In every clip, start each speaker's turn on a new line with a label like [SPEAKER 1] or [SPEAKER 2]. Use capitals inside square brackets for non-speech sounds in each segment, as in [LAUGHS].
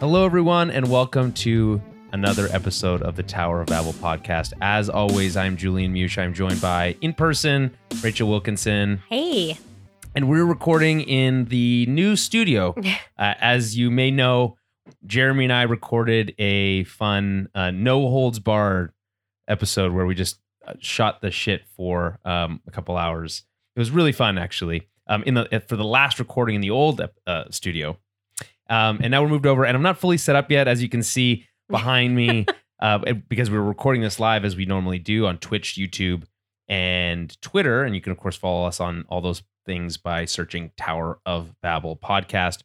[SPEAKER 1] Hello, everyone, and welcome to another episode of the Tower of Babel podcast. As always, I'm Julian Mush. I'm joined by, in person, Rachel Wilkinson,
[SPEAKER 2] [LAUGHS] Hey,
[SPEAKER 1] and we're recording in the new studio. Uh, as you may know, Jeremy and I recorded a fun uh, no holds barred episode where we just uh, shot the shit for um, a couple hours. It was really fun, actually. Um, in the for the last recording in the old ep- uh, studio, um, and now we're moved over, and I'm not fully set up yet, as you can see behind me, uh, it- because we're recording this live as we normally do on Twitch, YouTube, and Twitter, and you can of course follow us on all those things by searching Tower of Babel podcast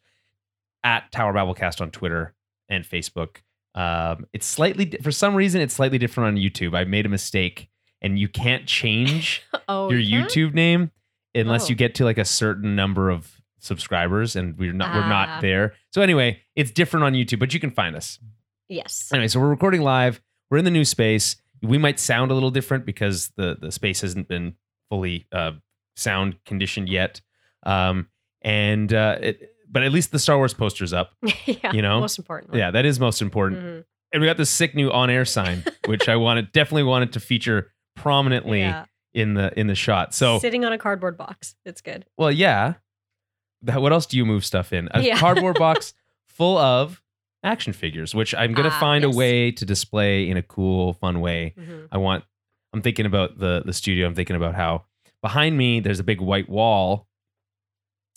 [SPEAKER 1] at Tower Babblecast on Twitter and Facebook. Um, it's slightly di- for some reason it's slightly different on YouTube. I made a mistake, and you can't change
[SPEAKER 2] [LAUGHS] oh,
[SPEAKER 1] your
[SPEAKER 2] we can't?
[SPEAKER 1] YouTube name unless
[SPEAKER 2] Oh.
[SPEAKER 1] you get to like a certain number of subscribers, and we're not we're
[SPEAKER 2] Ah.
[SPEAKER 1] not there. So anyway, it's different on YouTube, but you can find us. [LAUGHS]
[SPEAKER 2] Yes. [LAUGHS]
[SPEAKER 1] Anyway, so we're recording live. We're in the new space. We might sound a little different because the the space hasn't been fully uh, sound conditioned yet. Um, and uh, it, but at least the Star Wars poster's up.
[SPEAKER 2] yeah.
[SPEAKER 1] you know?
[SPEAKER 2] most importantly.
[SPEAKER 1] Yeah, that is most important.
[SPEAKER 2] Mhm.
[SPEAKER 1] And we got this sick new on air
[SPEAKER 2] [LAUGHS]
[SPEAKER 1] sign, which I wanted definitely wanted to feature prominently
[SPEAKER 2] Yeah.
[SPEAKER 1] in the in the shot. So
[SPEAKER 2] sitting on a cardboard box, it's good.
[SPEAKER 1] well, yeah. That- What else do you move stuff in? A
[SPEAKER 2] Yeah. [LAUGHS]
[SPEAKER 1] cardboard box full of action figures, which I'm gonna
[SPEAKER 2] Ah,
[SPEAKER 1] find
[SPEAKER 2] yes.
[SPEAKER 1] a way to display in a cool, fun way.
[SPEAKER 2] Mm-hmm.
[SPEAKER 1] I want. I'm thinking about the the studio. I'm thinking about how behind me there's a big white wall,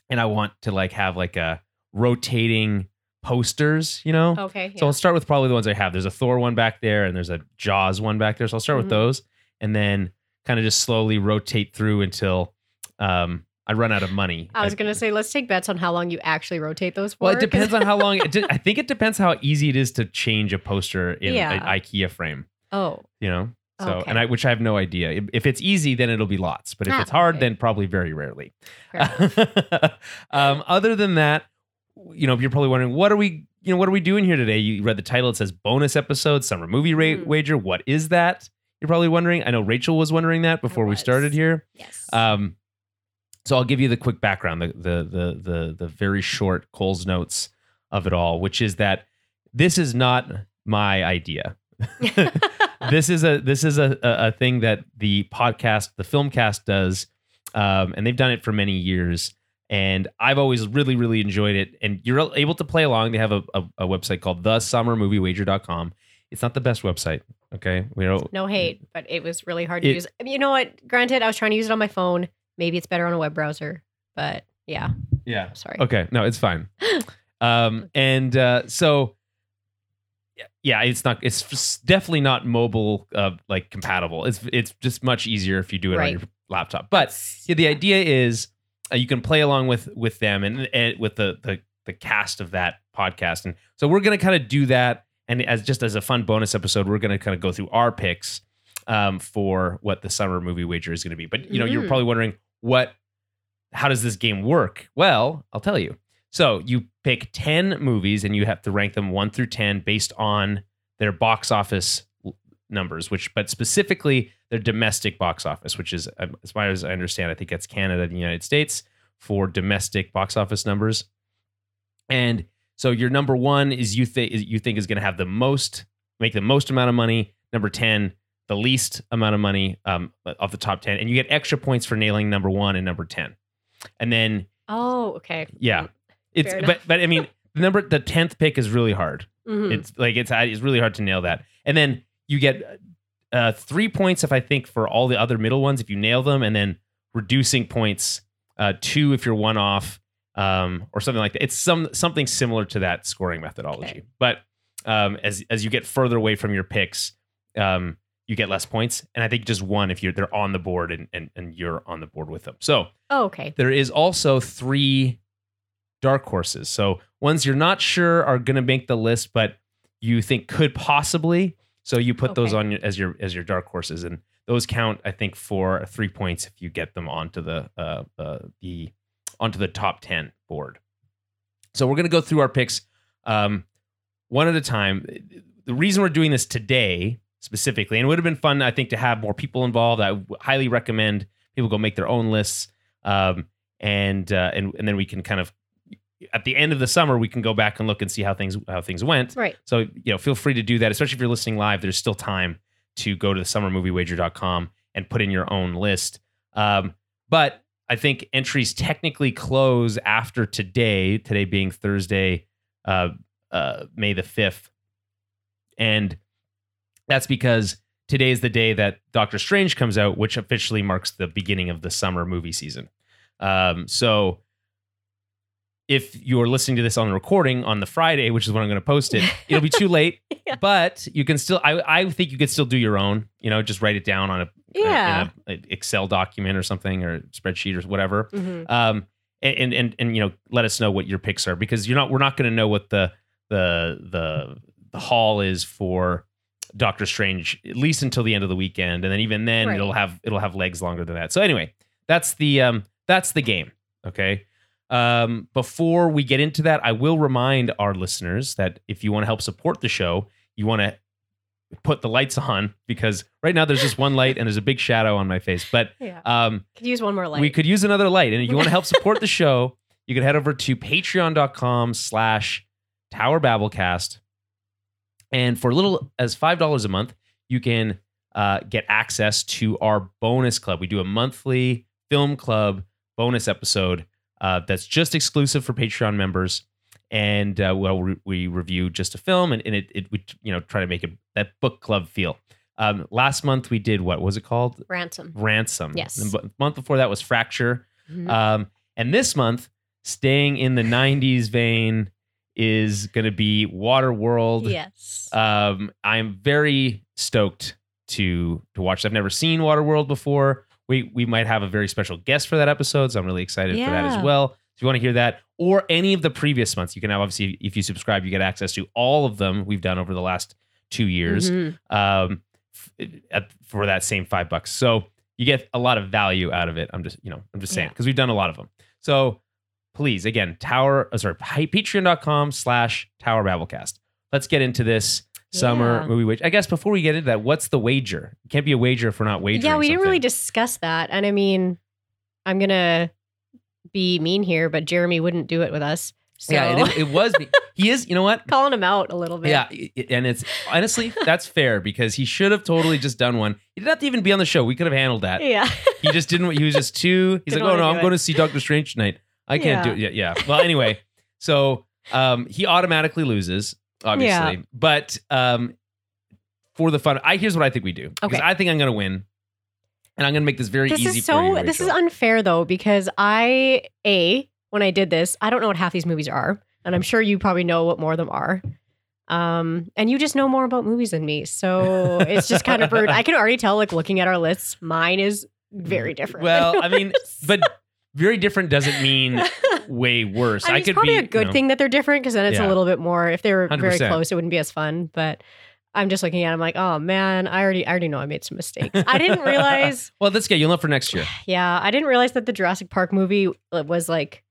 [SPEAKER 1] and I want to like have like a rotating posters. You know.
[SPEAKER 2] Okay.
[SPEAKER 1] [LAUGHS] So I'll start with probably the ones I have. There's a Thor one back there, and there's a Jaws one back there. So I'll start
[SPEAKER 2] Mhm.
[SPEAKER 1] with those, and then kind of just slowly rotate through until um, I run out of money.
[SPEAKER 2] I was
[SPEAKER 1] I-
[SPEAKER 2] gonna say, let's take bets on how long you actually rotate those for.
[SPEAKER 1] Well, it
[SPEAKER 2] 'cause-
[SPEAKER 1] depends on how long. It de- I think it depends how easy it is to change a poster in
[SPEAKER 2] Yeah.
[SPEAKER 1] an IKEA frame.
[SPEAKER 2] [LAUGHS] oh,
[SPEAKER 1] You know. So
[SPEAKER 2] Okay.
[SPEAKER 1] and I, which I have no idea. If- If it's easy, then it'll be lots. But if
[SPEAKER 2] Ah,
[SPEAKER 1] it's hard,
[SPEAKER 2] okay.
[SPEAKER 1] then probably very rarely.
[SPEAKER 2] fair
[SPEAKER 1] [LAUGHS]
[SPEAKER 2] enough.
[SPEAKER 1] um, other than that, you know, you're probably wondering what are we, you know, what are we doing here today? You read the title; it says "bonus episode summer movie ra-
[SPEAKER 2] Mhm.
[SPEAKER 1] wager." What is that? You're probably wondering. I know Rachel was wondering that before we
[SPEAKER 2] was.
[SPEAKER 1] started here.
[SPEAKER 2] yes.
[SPEAKER 1] Um, so I'll give you the quick background, the the the the, the very short Cole's notes of it all, which is that this is not my idea.
[SPEAKER 2] [LAUGHS]
[SPEAKER 1] this is a this is a, a a thing that the podcast the filmcast does um and they've done it for many years and i've always really really enjoyed it and you're able to play along they have a, a, a website called thesummermoviewager.com it's not the best website okay we don't
[SPEAKER 2] [LAUGHS] no hate, but it was really hard to
[SPEAKER 1] It-
[SPEAKER 2] use. I mean, you know what? Granted, I was trying to use it on my phone. Maybe it's better on a web browser, but yeah,
[SPEAKER 1] yeah
[SPEAKER 2] I'm sorry.
[SPEAKER 1] okay no it's fine um and uh so yeah it's not it's f- definitely not mobile uh like compatible it's it's just much easier if you do it
[SPEAKER 2] Right.
[SPEAKER 1] on your laptop but Yeah, the idea is uh, you can play along with with them and, and with the, the the cast of that podcast, and so we're gonna kind of do that. And as just as a fun bonus episode, we're gonna kind of go through our picks um, for what the summer movie wager is gonna be. But you know, you're
[SPEAKER 2] Mhm.
[SPEAKER 1] probably wondering what, how does this game work? Well, I'll tell you. So you pick ten movies, and you have to rank them one through ten based on their box office l- numbers, which but specifically their domestic box office, which is um, as far as I understand, I think that's Canada and the United States for domestic box office numbers. And so your number one is you think you think is going to have the most, make the most amount of money. Number ten, the least amount of money um, of the top ten, and you get extra points for nailing number one and number ten. And then
[SPEAKER 2] Oh, okay.
[SPEAKER 1] yeah, it's
[SPEAKER 2] Fair enough. [LAUGHS]
[SPEAKER 1] but but I mean the number the tenth pick is really hard.
[SPEAKER 2] Mhm.
[SPEAKER 1] It's like it's it's really hard to nail that. And then you get uh, three points if I think for all the other middle ones if you nail them, and then reducing points uh, two if you're one off um, or something like that. It's some something similar to that scoring methodology.
[SPEAKER 2] Okay.
[SPEAKER 1] But um, as as you get further away from your picks, um, you get less points, and I think just one if you're they're on the board and and, and you're on the board with them. So
[SPEAKER 2] Oh, okay.
[SPEAKER 1] there is also three dark horses. So ones you're not sure are going to make the list, but you think could possibly. So you put those
[SPEAKER 2] Okay.
[SPEAKER 1] on your, as your as your dark horses, and those count, I think, for three points if you get them onto the uh, uh, the onto the top ten board. So we're going to go through our picks um, one at a time. The reason we're doing this today specifically, and it would have been fun, I think, to have more people involved. I w- highly recommend people go make their own lists, um, and uh, and and then we can kind of at the end of the summer we can go back and look and see how things how things went. [LAUGHS]
[SPEAKER 2] Right.
[SPEAKER 1] So, you know, feel free to do that, especially if you're listening live. There's still time to go to the summermoviewager.com and put in your own list. Um, but I think entries technically close after today, today being Thursday, uh, uh, May the 5th. And that's because today is the day that Doctor Strange comes out, which officially marks the beginning of the summer movie season. Um, so if you're listening to this on the recording on the Friday, which is when I'm going to post it, it'll be too late,
[SPEAKER 2] Yeah.
[SPEAKER 1] but you can still, I, I think you could still do your own, you know, just write it down on a, in a-
[SPEAKER 2] Yeah.
[SPEAKER 1] in a Excel document or something or spreadsheet or whatever
[SPEAKER 2] Mhm.
[SPEAKER 1] um, and, and and and you know, let us know what your picks are because you're not we're not going to know what the the the the haul is for Doctor Strange at least until the end of the weekend, and then even then
[SPEAKER 2] Right.
[SPEAKER 1] it'll have it'll have legs longer than that. So anyway, that's the um that's the game. Okay. Um, before we get into that, I will remind our listeners that if you want to help support the show, you want to put the lights on because right now there's just one light and there's a big shadow on my face. But
[SPEAKER 2] Yeah.
[SPEAKER 1] um,
[SPEAKER 2] Could use one more light.
[SPEAKER 1] we could use another light. And if you want to help support
[SPEAKER 2] [LAUGHS]
[SPEAKER 1] the show, you can head over to patreon.com slash Tower Babblecast. And for a little as $5 a month, you can uh, get access to our bonus club. We do a monthly film club bonus episode uh, that's just exclusive for Patreon members. And uh, well, we, we review just a film, and, and it, it we you know try to make it that book club feel. Um, last month we did what was it called?
[SPEAKER 2] ransom.
[SPEAKER 1] Ransom.
[SPEAKER 2] Yes.
[SPEAKER 1] The bu- month before that was Fracture.
[SPEAKER 2] Mhm.
[SPEAKER 1] Um, and this month, staying in the 90s vein is going to be Waterworld.
[SPEAKER 2] yes.
[SPEAKER 1] Um, I'm very stoked to to watch. I've never seen Waterworld before. We we might have a very special guest for that episode, so I'm really excited for that as
[SPEAKER 2] Yeah.
[SPEAKER 1] well. If you want to hear that or any of the previous months, you can have obviously if you subscribe, you get access to all of them we've done over the last two years
[SPEAKER 2] Mhm.
[SPEAKER 1] um, f- at, for that same five bucks. So you get a lot of value out of it. I'm just, you know, I'm just saying
[SPEAKER 2] Yeah.
[SPEAKER 1] because we've done a lot of them. So please, again, tower, uh, sorry, hi- patreon.com slash tower babblecast. Let's get into this summer
[SPEAKER 2] Yeah.
[SPEAKER 1] movie wager. I guess before we get into that, what's the wager? It can't be a wager if we're not wagering.
[SPEAKER 2] Yeah, we didn't
[SPEAKER 1] something.
[SPEAKER 2] really discuss that. And I mean, I'm gonna be mean here, but Jeremy wouldn't do it with us. So
[SPEAKER 1] Yeah, and it, it was. me. he is. You know what?
[SPEAKER 2] [LAUGHS] calling him out [LAUGHS] a little bit.
[SPEAKER 1] Yeah, i- i- and it's honestly that's fair because he should have totally just done one. He didn't have to even be on the show. We could have handled that.
[SPEAKER 2] Yeah.
[SPEAKER 1] He just didn't. He was just too. He's like,
[SPEAKER 2] Didn't
[SPEAKER 1] oh no,
[SPEAKER 2] wanna do
[SPEAKER 1] I'm
[SPEAKER 2] it."
[SPEAKER 1] going to see Doctor Strange tonight. I can't do it. Yeah, yeah. Well, anyway, so um, he automatically loses, obviously.
[SPEAKER 2] Yeah.
[SPEAKER 1] But um, for the fun, I here's what I think we do. Because
[SPEAKER 2] Okay.
[SPEAKER 1] I think I'm going to win, and I'm going to make this very
[SPEAKER 2] This
[SPEAKER 1] easy
[SPEAKER 2] is so
[SPEAKER 1] for you.
[SPEAKER 2] this is
[SPEAKER 1] Rachel.
[SPEAKER 2] unfair though, because I A, when I did this, I don't know what half these movies are. And I'm sure you probably know what more of them are. Um, and you just know more about movies than me. So it's just kind of
[SPEAKER 1] [LAUGHS]
[SPEAKER 2] rude. I can already tell, like looking at our lists, mine is very different.
[SPEAKER 1] Well, I
[SPEAKER 2] [LAUGHS]
[SPEAKER 1] mean, but very different doesn't mean way worse.
[SPEAKER 2] I mean,
[SPEAKER 1] I
[SPEAKER 2] it's
[SPEAKER 1] could
[SPEAKER 2] probably
[SPEAKER 1] be
[SPEAKER 2] a good
[SPEAKER 1] you know,
[SPEAKER 2] thing that they're different because then it's
[SPEAKER 1] Yeah.
[SPEAKER 2] a little bit more. If they were very
[SPEAKER 1] 100%.
[SPEAKER 2] close, it wouldn't be as fun. But I'm just looking at. It, I'm like, oh man, I already, I already know I made some mistakes. I didn't realize.
[SPEAKER 1] [LAUGHS] Well, that's good. You'll know for next year.
[SPEAKER 2] Yeah, I didn't realize that the Jurassic Park movie was like.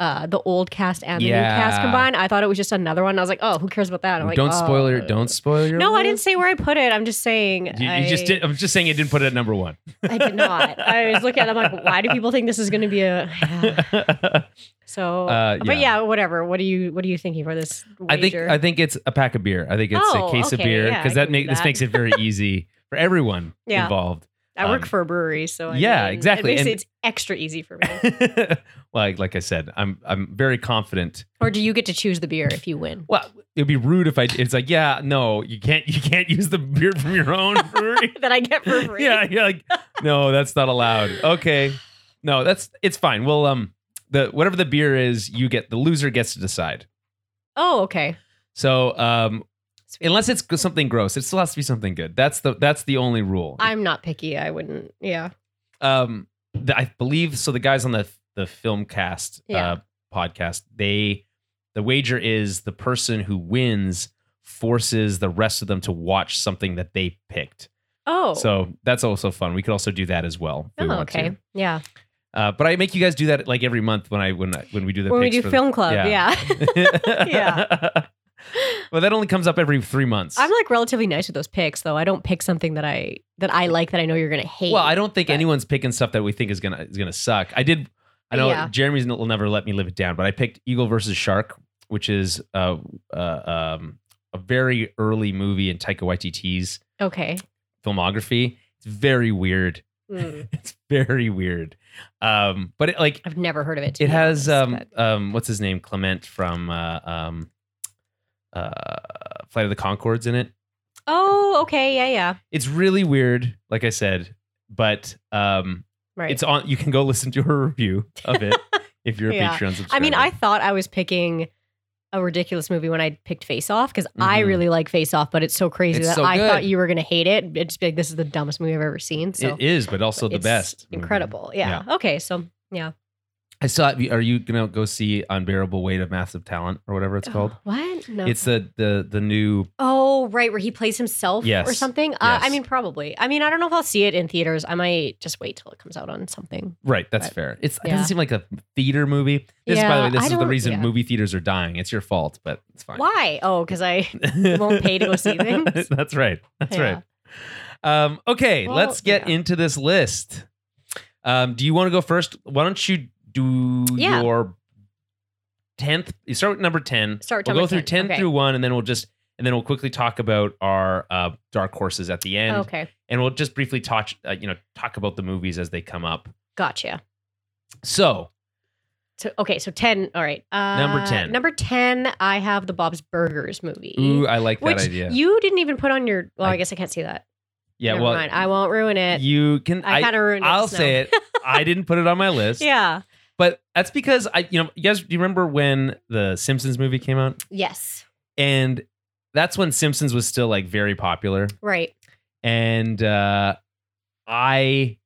[SPEAKER 2] Uh, the old cast and the new cast
[SPEAKER 1] Yeah.
[SPEAKER 2] combined. I thought it was just another one. I was like, "Oh, who cares about that?" I'm like,
[SPEAKER 1] don't
[SPEAKER 2] oh.
[SPEAKER 1] spoil your. Don't spoil your.
[SPEAKER 2] No, I didn't say where I put it. I'm just saying.
[SPEAKER 1] You,
[SPEAKER 2] I,
[SPEAKER 1] you just did. I'm just saying it didn't put it at number
[SPEAKER 2] [LAUGHS]
[SPEAKER 1] one.
[SPEAKER 2] I did not. I was looking at. it, I'm like, why do people think this is going to be a? [SIGHS] Yeah. So,
[SPEAKER 1] Uh,
[SPEAKER 2] but
[SPEAKER 1] yeah.
[SPEAKER 2] yeah, whatever. What do you What are you thinking for this? Wager?
[SPEAKER 1] I think I think it's a pack of beer. I think it's
[SPEAKER 2] Oh,
[SPEAKER 1] a case of
[SPEAKER 2] okay,
[SPEAKER 1] beer
[SPEAKER 2] yeah,
[SPEAKER 1] because
[SPEAKER 2] I
[SPEAKER 1] that
[SPEAKER 2] can
[SPEAKER 1] make
[SPEAKER 2] do
[SPEAKER 1] this
[SPEAKER 2] that.
[SPEAKER 1] makes it very
[SPEAKER 2] [LAUGHS]
[SPEAKER 1] easy for everyone
[SPEAKER 2] Yeah.
[SPEAKER 1] involved. [LAUGHS]
[SPEAKER 2] I work
[SPEAKER 1] Um,
[SPEAKER 2] for a brewery, so I
[SPEAKER 1] yeah,
[SPEAKER 2] mean,
[SPEAKER 1] exactly,
[SPEAKER 2] It makes
[SPEAKER 1] and-
[SPEAKER 2] it it's extra easy for me.
[SPEAKER 1] well, like, like I said, I'm I'm very confident.
[SPEAKER 2] or do you get to choose the beer if you win?
[SPEAKER 1] Well, it'd be rude if I. It's like, yeah, no, you can't you can't [LAUGHS] use the beer from your
[SPEAKER 2] [LAUGHS]
[SPEAKER 1] own brewery.
[SPEAKER 2] [LAUGHS] that I get for free.
[SPEAKER 1] yeah, you're like, no, that's not allowed. Okay, no, that's it's fine. Well, um, the whatever the beer is, you get the loser gets to decide.
[SPEAKER 2] Oh, okay.
[SPEAKER 1] So, um,
[SPEAKER 2] Sweet.
[SPEAKER 1] unless it's something gross, it still has to be something good. That's the that's the only rule.
[SPEAKER 2] I'm not picky. I wouldn't. Yeah.
[SPEAKER 1] um the, i believe so the guys on the the film cast uh
[SPEAKER 2] Yeah.
[SPEAKER 1] podcast they the wager is the person who wins forces the rest of them to watch something that they picked
[SPEAKER 2] Oh.
[SPEAKER 1] so that's also fun we could also do that as well if we
[SPEAKER 2] Oh,
[SPEAKER 1] want
[SPEAKER 2] okay.
[SPEAKER 1] to.
[SPEAKER 2] Yeah.
[SPEAKER 1] uh but i make you guys do that like every month when i when I, when we do the
[SPEAKER 2] when we
[SPEAKER 1] picks
[SPEAKER 2] do
[SPEAKER 1] for the-
[SPEAKER 2] film club,
[SPEAKER 1] yeah.
[SPEAKER 2] yeah. [LAUGHS]
[SPEAKER 1] [LAUGHS]
[SPEAKER 2] Yeah.
[SPEAKER 1] well that only comes up every three months
[SPEAKER 2] I'm like relatively nice with those picks, though. I don't pick something that I that I like that I know you're gonna hate.
[SPEAKER 1] Well, I don't think
[SPEAKER 2] but-
[SPEAKER 1] anyone's picking stuff that we think is gonna is gonna suck. I did I know
[SPEAKER 2] Yeah.
[SPEAKER 1] Jeremy's will never let me live it down, but I picked Eagle versus Shark, which is uh, uh, um, a very early movie in Taika Waititi's
[SPEAKER 2] Okay.
[SPEAKER 1] filmography. It's very weird.
[SPEAKER 2] Mm.
[SPEAKER 1] [LAUGHS] It's very weird. Um, but it, like
[SPEAKER 2] I've never heard of it. to
[SPEAKER 1] it
[SPEAKER 2] be
[SPEAKER 1] has um,
[SPEAKER 2] honest,
[SPEAKER 1] um, what's his name Clement from uh, um, uh, Flight of the Concords in it.
[SPEAKER 2] but- oh, okay. Yeah, yeah.
[SPEAKER 1] It's really weird, like I said, but um,
[SPEAKER 2] Right.
[SPEAKER 1] it's on. You can go listen to her review of
[SPEAKER 2] [LAUGHS]
[SPEAKER 1] it if you're a
[SPEAKER 2] Yeah.
[SPEAKER 1] Patreon subscriber.
[SPEAKER 2] I mean, I thought I was picking a ridiculous movie when I picked Face Off because I
[SPEAKER 1] Mhm.
[SPEAKER 2] really like Face Off, but it's so crazy
[SPEAKER 1] It's
[SPEAKER 2] that
[SPEAKER 1] so
[SPEAKER 2] I
[SPEAKER 1] good.
[SPEAKER 2] thought you were going to hate it. It'd just be like, this is the dumbest movie I've ever seen. So
[SPEAKER 1] it is, but also the
[SPEAKER 2] it's
[SPEAKER 1] best. Mm-hmm. movie.
[SPEAKER 2] Incredible. Yeah. Okay. So, yeah.
[SPEAKER 1] I saw. it. Are you gonna go see Unbearable Weight of Massive Talent or whatever it's called?
[SPEAKER 2] [GASPS] What? Oh, No.
[SPEAKER 1] It's the the the new.
[SPEAKER 2] oh, right. Where he plays himself
[SPEAKER 1] Yes.
[SPEAKER 2] or something. Uh, I
[SPEAKER 1] Yes.
[SPEAKER 2] mean, probably. I mean, I don't know if I'll see it in theaters. I might just wait till it comes out on something.
[SPEAKER 1] Right, that's
[SPEAKER 2] But-
[SPEAKER 1] fair. It's, It
[SPEAKER 2] yeah.
[SPEAKER 1] doesn't seem like a theater movie. This, by the
[SPEAKER 2] Yeah,
[SPEAKER 1] way, this
[SPEAKER 2] I
[SPEAKER 1] is the
[SPEAKER 2] don't-
[SPEAKER 1] reason
[SPEAKER 2] yeah.
[SPEAKER 1] movie theaters are dying. It's your fault, but it's fine.
[SPEAKER 2] Why? Oh, because I. won't pay to
[SPEAKER 1] [LAUGHS]
[SPEAKER 2] go see things?
[SPEAKER 1] that's right. [LAUGHS] That's
[SPEAKER 2] Yeah.
[SPEAKER 1] right. Um, okay,
[SPEAKER 2] Well,
[SPEAKER 1] let's get
[SPEAKER 2] yeah.
[SPEAKER 1] into this list. Um, do you want to go first? Why don't you do
[SPEAKER 2] Yeah.
[SPEAKER 1] your tenth? You start with number ten.
[SPEAKER 2] Start with
[SPEAKER 1] We'll go through
[SPEAKER 2] number 10,
[SPEAKER 1] ten
[SPEAKER 2] okay.
[SPEAKER 1] through one, and then we'll just and then we'll quickly talk about our uh, dark horses at the end,
[SPEAKER 2] okay.
[SPEAKER 1] and we'll just briefly touch, uh, you know, talk about the movies as they come up.
[SPEAKER 2] Gotcha.
[SPEAKER 1] So
[SPEAKER 2] So, okay. So 10. All right. Uh,
[SPEAKER 1] Number 10.
[SPEAKER 2] Number 10, I have the Bob's Burgers movie.
[SPEAKER 1] Ooh, I like that
[SPEAKER 2] Which
[SPEAKER 1] idea.
[SPEAKER 2] you didn't even put on your. Well, I,
[SPEAKER 1] I-
[SPEAKER 2] guess I can't see that.
[SPEAKER 1] yeah,
[SPEAKER 2] Never
[SPEAKER 1] well,
[SPEAKER 2] mind. I won't ruin it.
[SPEAKER 1] you can.
[SPEAKER 2] I,
[SPEAKER 1] I,
[SPEAKER 2] kind of ruined it.
[SPEAKER 1] I'll
[SPEAKER 2] just
[SPEAKER 1] say
[SPEAKER 2] now.
[SPEAKER 1] it. I didn't put it
[SPEAKER 2] [LAUGHS]
[SPEAKER 1] on my list.
[SPEAKER 2] Yeah.
[SPEAKER 1] But that's because I, you know, you guys, do you remember when the Simpsons movie came out?
[SPEAKER 2] Yes.
[SPEAKER 1] And that's when Simpsons was still like very popular.
[SPEAKER 2] Right.
[SPEAKER 1] And uh, I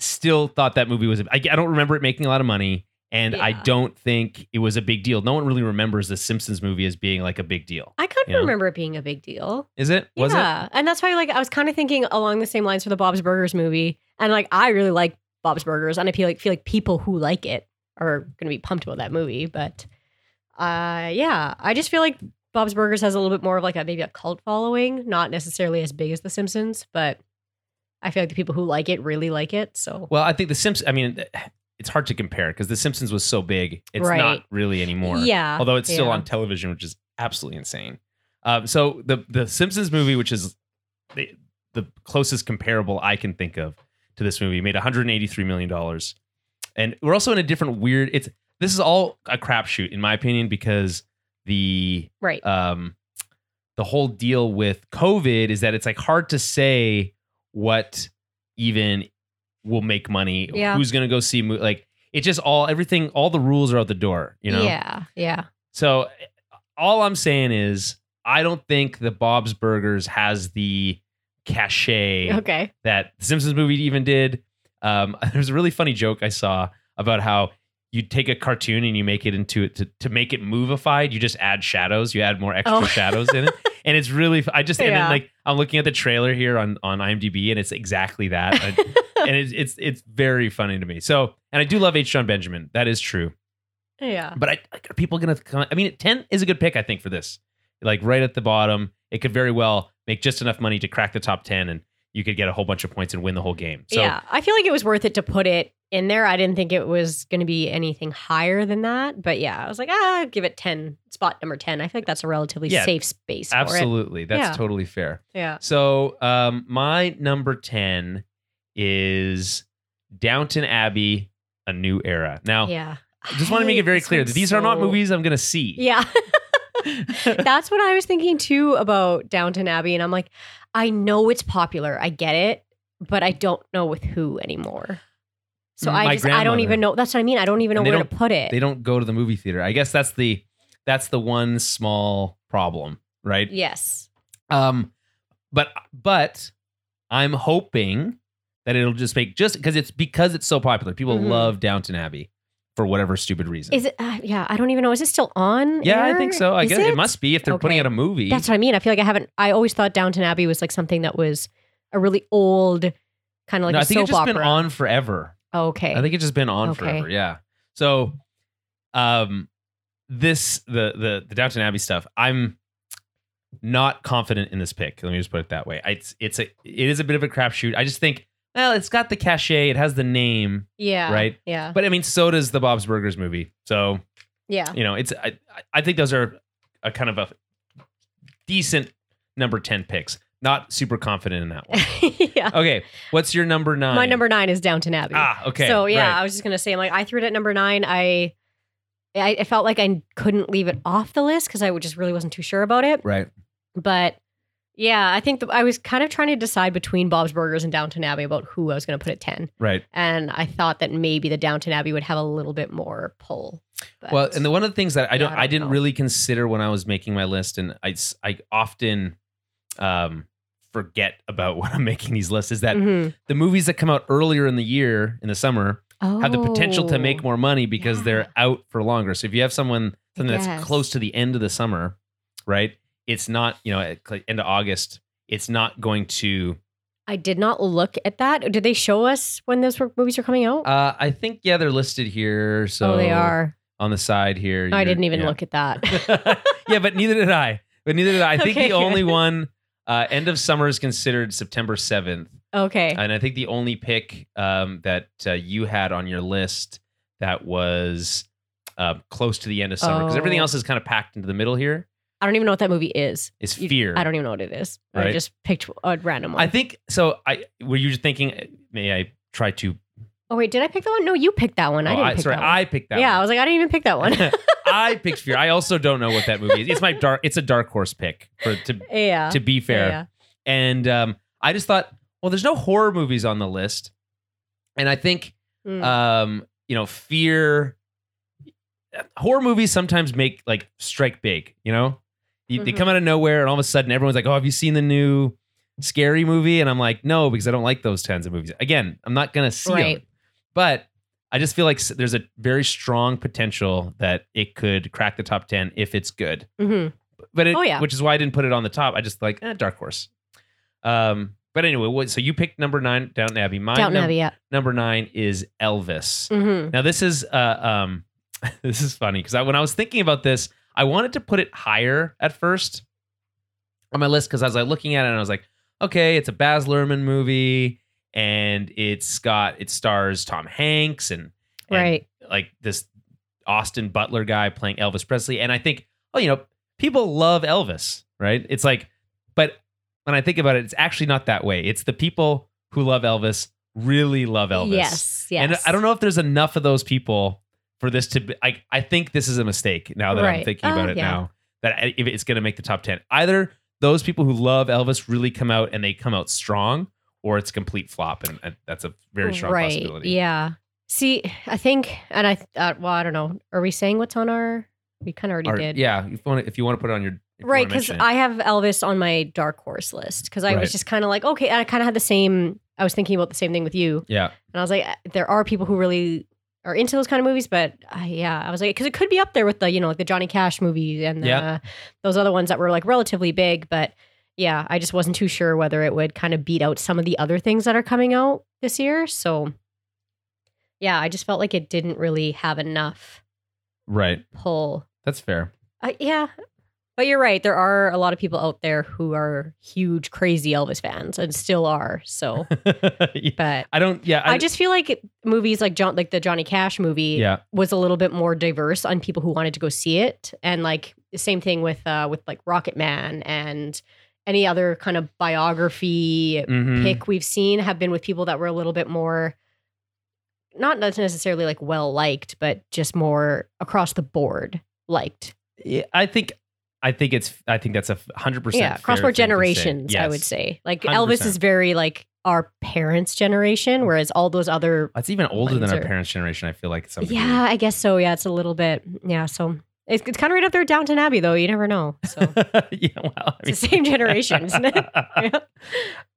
[SPEAKER 1] still thought that movie was, I, I don't remember it making a lot of money. And I
[SPEAKER 2] Yeah.
[SPEAKER 1] don't think it was a big deal. No one really remembers the Simpsons movie as being like a big deal.
[SPEAKER 2] I kind of
[SPEAKER 1] Yeah.
[SPEAKER 2] remember it being a big deal.
[SPEAKER 1] Is it? Was it?
[SPEAKER 2] yeah. And that's why, like, I was kind of thinking along the same lines for the Bob's Burgers movie. And, like, I really like Bob's Burgers. And I feel like, feel like people who like it are going to be pumped about that movie. But, uh, yeah, I just feel like Bob's Burgers has a little bit more of, like, a maybe a cult following, not necessarily as big as The Simpsons, but I feel like the people who like it really like it. So,
[SPEAKER 1] Well, I think the Simpsons, I mean, it's hard to compare because the Simpsons was so big. It's
[SPEAKER 2] Right.
[SPEAKER 1] not really anymore.
[SPEAKER 2] yeah.
[SPEAKER 1] although it's still
[SPEAKER 2] yeah.
[SPEAKER 1] on television, which is absolutely insane. Um, so the the Simpsons movie, which is the, the closest comparable I can think of to this movie, made 183 million dollars, and we're also in a different weird. It's this is all a crapshoot in my opinion because the
[SPEAKER 2] Right.
[SPEAKER 1] um the whole deal with COVID is that it's like hard to say what even will make money.
[SPEAKER 2] Yeah.
[SPEAKER 1] Who's gonna go see? mo- Like it just all everything. All the rules are out the door. You know.
[SPEAKER 2] Yeah. Yeah.
[SPEAKER 1] So all I'm saying is I don't think the Bob's Burgers has the cachet
[SPEAKER 2] Okay.
[SPEAKER 1] that the Simpsons movie even did. Um, [LAUGHS] there's a really funny joke I saw about how you take a cartoon and you make it into it to, to make it movified. You just add shadows. You add more extra
[SPEAKER 2] Oh.
[SPEAKER 1] shadows
[SPEAKER 2] [LAUGHS]
[SPEAKER 1] in it, and it's really. I just and
[SPEAKER 2] Yeah.
[SPEAKER 1] then like I'm looking at the trailer here on on IMDb, and it's exactly that.
[SPEAKER 2] [LAUGHS]
[SPEAKER 1] I- and it's it's it's very funny to me. So and I do love H. John Benjamin. That is true.
[SPEAKER 2] Yeah.
[SPEAKER 1] But I, like, are people gonna? Come, I mean, ten is a good pick, I think, for this. Like right at the bottom, it could very well make just enough money to crack the top ten, and you could get a whole bunch of points and win the whole game. So
[SPEAKER 2] yeah, I feel like it was worth it to put it in there. I didn't think it was going to be anything higher than that, but yeah, I was like, ah, give it ten, spot number ten. I feel like that's a relatively
[SPEAKER 1] Yeah,
[SPEAKER 2] safe space. for
[SPEAKER 1] absolutely, that's
[SPEAKER 2] Yeah.
[SPEAKER 1] totally fair.
[SPEAKER 2] it. yeah.
[SPEAKER 1] So um, my number ten is Downton Abbey: A New Era. Now,
[SPEAKER 2] Yeah,
[SPEAKER 1] I just want to make
[SPEAKER 2] [SIGHS]
[SPEAKER 1] it very
[SPEAKER 2] This
[SPEAKER 1] clear
[SPEAKER 2] one's
[SPEAKER 1] that these are not
[SPEAKER 2] so-
[SPEAKER 1] movies I'm gonna see. [LAUGHS]
[SPEAKER 2] Yeah, [LAUGHS] that's what I was thinking too about Downton Abbey, and I'm like, I know it's popular, I get it, but I don't know with who anymore. So
[SPEAKER 1] Mm,
[SPEAKER 2] I
[SPEAKER 1] my
[SPEAKER 2] just I don't
[SPEAKER 1] grandmother.
[SPEAKER 2] even know. That's what I mean. I don't even know
[SPEAKER 1] And they
[SPEAKER 2] where to
[SPEAKER 1] don't-
[SPEAKER 2] put it.
[SPEAKER 1] they don't go to the movie theater. I guess that's the that's the one small problem, right?
[SPEAKER 2] yes.
[SPEAKER 1] Um, but but I'm hoping that it'll just make just because it's because it's so popular. People
[SPEAKER 2] Mhm.
[SPEAKER 1] love Downton Abbey for whatever stupid reason.
[SPEAKER 2] Is it? Uh, yeah, I don't even know. Is it still on?
[SPEAKER 1] yeah, I
[SPEAKER 2] air?
[SPEAKER 1] think so. I
[SPEAKER 2] Is
[SPEAKER 1] guess it? must be if they're putting out
[SPEAKER 2] Okay.
[SPEAKER 1] a movie.
[SPEAKER 2] That's what I mean. I feel like I haven't. I always thought Downton Abbey was like something that was a really old kind of like
[SPEAKER 1] no,
[SPEAKER 2] a
[SPEAKER 1] I think
[SPEAKER 2] soap
[SPEAKER 1] it's just
[SPEAKER 2] opera.
[SPEAKER 1] been on forever.
[SPEAKER 2] okay.
[SPEAKER 1] I think it's just been on
[SPEAKER 2] Okay.
[SPEAKER 1] forever. Yeah. So, um, this the the the Downton Abbey stuff. I'm not confident in this pick. Let me just put it that way. I- It's it's a it is a bit of a crapshoot. I just think well, it's got the cachet, it has the name,
[SPEAKER 2] Yeah.
[SPEAKER 1] right?
[SPEAKER 2] Yeah.
[SPEAKER 1] But I mean, so does the Bob's Burgers movie. So
[SPEAKER 2] Yeah.
[SPEAKER 1] you know, it's I, I- I think those are a kind of a decent number ten picks. Not super confident in
[SPEAKER 2] [LAUGHS]
[SPEAKER 1] that one.
[SPEAKER 2] yeah.
[SPEAKER 1] Okay, what's your number nine?
[SPEAKER 2] My number nine is Downton Abbey.
[SPEAKER 1] Oh, Ah, okay.
[SPEAKER 2] So yeah,
[SPEAKER 1] right.
[SPEAKER 2] I was just gonna say, I'm like, I threw it at number nine. I, I, I felt like I couldn't leave it off the list because I would- just really wasn't too sure about it.
[SPEAKER 1] right.
[SPEAKER 2] But yeah, I think the, I was kind of trying to decide between Bob's Burgers and Downton Abbey about who I was gonna put at ten,
[SPEAKER 1] Right.
[SPEAKER 2] and I thought that maybe the Downton Abbey would have a little bit more pull. But
[SPEAKER 1] well, and the, one of the things that I
[SPEAKER 2] Yeah,
[SPEAKER 1] don't,
[SPEAKER 2] I
[SPEAKER 1] I,
[SPEAKER 2] don't
[SPEAKER 1] didn't
[SPEAKER 2] know.
[SPEAKER 1] really consider when I was making my list, and I, s- I often um, forget about [LAUGHS] when I'm making these lists, is that
[SPEAKER 2] Mhm.
[SPEAKER 1] the movies that come out earlier in the year, in the summer, have the potential to make
[SPEAKER 2] Oh.
[SPEAKER 1] more money because
[SPEAKER 2] yeah.
[SPEAKER 1] they're out for longer. So if you have someone something
[SPEAKER 2] guess.
[SPEAKER 1] that's close to the end of the summer, right? It's not, you know, at cl- end of August, it's not going to.
[SPEAKER 2] I did not look at that. Did they show us when those were, movies are coming out?
[SPEAKER 1] Uh, I think yeah, they're listed here. So
[SPEAKER 2] oh, they are.
[SPEAKER 1] on the side here.
[SPEAKER 2] I
[SPEAKER 1] you're-
[SPEAKER 2] didn't even
[SPEAKER 1] yeah.
[SPEAKER 2] look [LAUGHS]
[SPEAKER 1] [LAUGHS]
[SPEAKER 2] at that.
[SPEAKER 1] yeah, but neither did I. But neither did I. I think
[SPEAKER 2] Okay.
[SPEAKER 1] the only one, uh, end of summer is considered September 7th.
[SPEAKER 2] okay.
[SPEAKER 1] And I think the only pick um, that uh, you had on your list that was uh, close to the end of summer, because everything
[SPEAKER 2] Oh.
[SPEAKER 1] else is kind of packed into the middle here,
[SPEAKER 2] I don't even know what that movie is.
[SPEAKER 1] is
[SPEAKER 2] You-
[SPEAKER 1] fear.
[SPEAKER 2] I don't even know what it is. I
[SPEAKER 1] Right.
[SPEAKER 2] just picked a random one.
[SPEAKER 1] I think so. I Were you thinking, uh, may I try to?
[SPEAKER 2] oh wait, did I pick that one? No, you picked that one. I
[SPEAKER 1] oh,
[SPEAKER 2] didn't pick
[SPEAKER 1] sorry,
[SPEAKER 2] that one.
[SPEAKER 1] I picked that
[SPEAKER 2] yeah, I
[SPEAKER 1] one.
[SPEAKER 2] was like, I didn't even pick that one.
[SPEAKER 1] [LAUGHS]
[SPEAKER 2] [LAUGHS]
[SPEAKER 1] I picked fear. I also don't know what that movie is. It's my dark. It's a dark horse pick. For to
[SPEAKER 2] [LAUGHS] yeah.
[SPEAKER 1] to be fair,
[SPEAKER 2] Yeah.
[SPEAKER 1] And um, I just thought, well, there's no horror movies on the list. And I think,
[SPEAKER 2] Mm.
[SPEAKER 1] um, you know, fear, horror movies sometimes make like strike big, you know? You- They
[SPEAKER 2] Mhm.
[SPEAKER 1] come out of nowhere and all of a sudden everyone's like, oh, have you seen the new scary movie? And I'm like, no, because I don't like those kinds of movies. Again, I'm not going to see
[SPEAKER 2] Right.
[SPEAKER 1] it. But I just feel like s- there's a very strong potential that it could crack the top 10 if it's good
[SPEAKER 2] Mhm.
[SPEAKER 1] but it,
[SPEAKER 2] Oh, yeah.
[SPEAKER 1] which is why I didn't put it on the top. I just like eh, Dark Horse. Um, but anyway, what, so you picked number nine, Downton Abbey. My
[SPEAKER 2] Downton
[SPEAKER 1] num-
[SPEAKER 2] Abbey. Yeah.
[SPEAKER 1] number nine is Elvis.
[SPEAKER 2] Mhm.
[SPEAKER 1] Now this is uh, um, [LAUGHS] this is funny because I, when I was thinking about this, I wanted to put it higher at first on my list because I was like looking at it and I was like, okay, it's a Baz Luhrmann movie and it's got it stars Tom Hanks and, and
[SPEAKER 2] Right.
[SPEAKER 1] like this Austin Butler guy playing Elvis Presley. And I think, oh, you know, people love Elvis, right? It's like, but when I think about it, it's actually not that way. It's the people who love Elvis really love Elvis.
[SPEAKER 2] Yes. Yes.
[SPEAKER 1] And I don't know if there's enough of those people for this to be like, I think this is a mistake now that
[SPEAKER 2] Right.
[SPEAKER 1] I'm thinking about
[SPEAKER 2] Oh,
[SPEAKER 1] it
[SPEAKER 2] yeah.
[SPEAKER 1] now that I- if it's going to make the top 10. Either those people who love Elvis really come out and they come out strong, or it's a complete flop. And uh, that's a very strong
[SPEAKER 2] right.
[SPEAKER 1] possibility.
[SPEAKER 2] Yeah. See, I think, and I, uh, well, I don't know. Are we saying what's on our? We kind of already
[SPEAKER 1] Or-
[SPEAKER 2] did.
[SPEAKER 1] Yeah, if you want to, if you want to put it on your if you
[SPEAKER 2] right
[SPEAKER 1] wanna
[SPEAKER 2] because
[SPEAKER 1] mention it.
[SPEAKER 2] i have elvis on my dark horse list because i was
[SPEAKER 1] Right.
[SPEAKER 2] just kind of like okay i kind of had the same i was thinking about the same thing with you
[SPEAKER 1] yeah,
[SPEAKER 2] and i was like "Uh, there are people who really are into those kind of movies but I yeah i was like because it could be up there with the you know like the johnny cash movies and the,
[SPEAKER 1] Yeah.
[SPEAKER 2] those other ones that were like relatively big but yeah i just wasn't too sure whether it would kind of beat out some of the other things that are coming out this year so yeah i just felt like it didn't really have enough
[SPEAKER 1] right.
[SPEAKER 2] pull
[SPEAKER 1] That's
[SPEAKER 2] [LAUGHS]
[SPEAKER 1] fair.
[SPEAKER 2] uh, yeah. But you're right. There are a lot of people out there who are huge, crazy Elvis fans and still are. So,
[SPEAKER 1] I
[SPEAKER 2] but
[SPEAKER 1] don't. [LAUGHS] Yeah,
[SPEAKER 2] I, just feel like movies like John, like the Johnny Cash movie
[SPEAKER 1] yeah,
[SPEAKER 2] was a little bit more diverse on people who wanted to go see it. And like the same thing with, uh, with like Rocket Man and any other kind of biography
[SPEAKER 1] mhm.
[SPEAKER 2] pick we've seen have been with people that were a little bit more not necessarily like well liked, but just more across the board liked.
[SPEAKER 1] Yeah, I think, I think it's. I think that's a hundred percent.
[SPEAKER 2] yeah cross board generations i would say like elvis
[SPEAKER 1] 100%.
[SPEAKER 2] is very like our parents generation whereas all those other
[SPEAKER 1] That's even older
[SPEAKER 2] Mine's
[SPEAKER 1] than our
[SPEAKER 2] are-
[SPEAKER 1] parents' generation. I feel like. Some
[SPEAKER 2] yeah i guess so yeah it's a little bit yeah so it's, it's kind of right up there with downton abbey though you never know
[SPEAKER 1] [LAUGHS]
[SPEAKER 2] so it's
[SPEAKER 1] [LAUGHS] yeah. Well, I
[SPEAKER 2] the same generation
[SPEAKER 1] [LAUGHS]
[SPEAKER 2] isn't it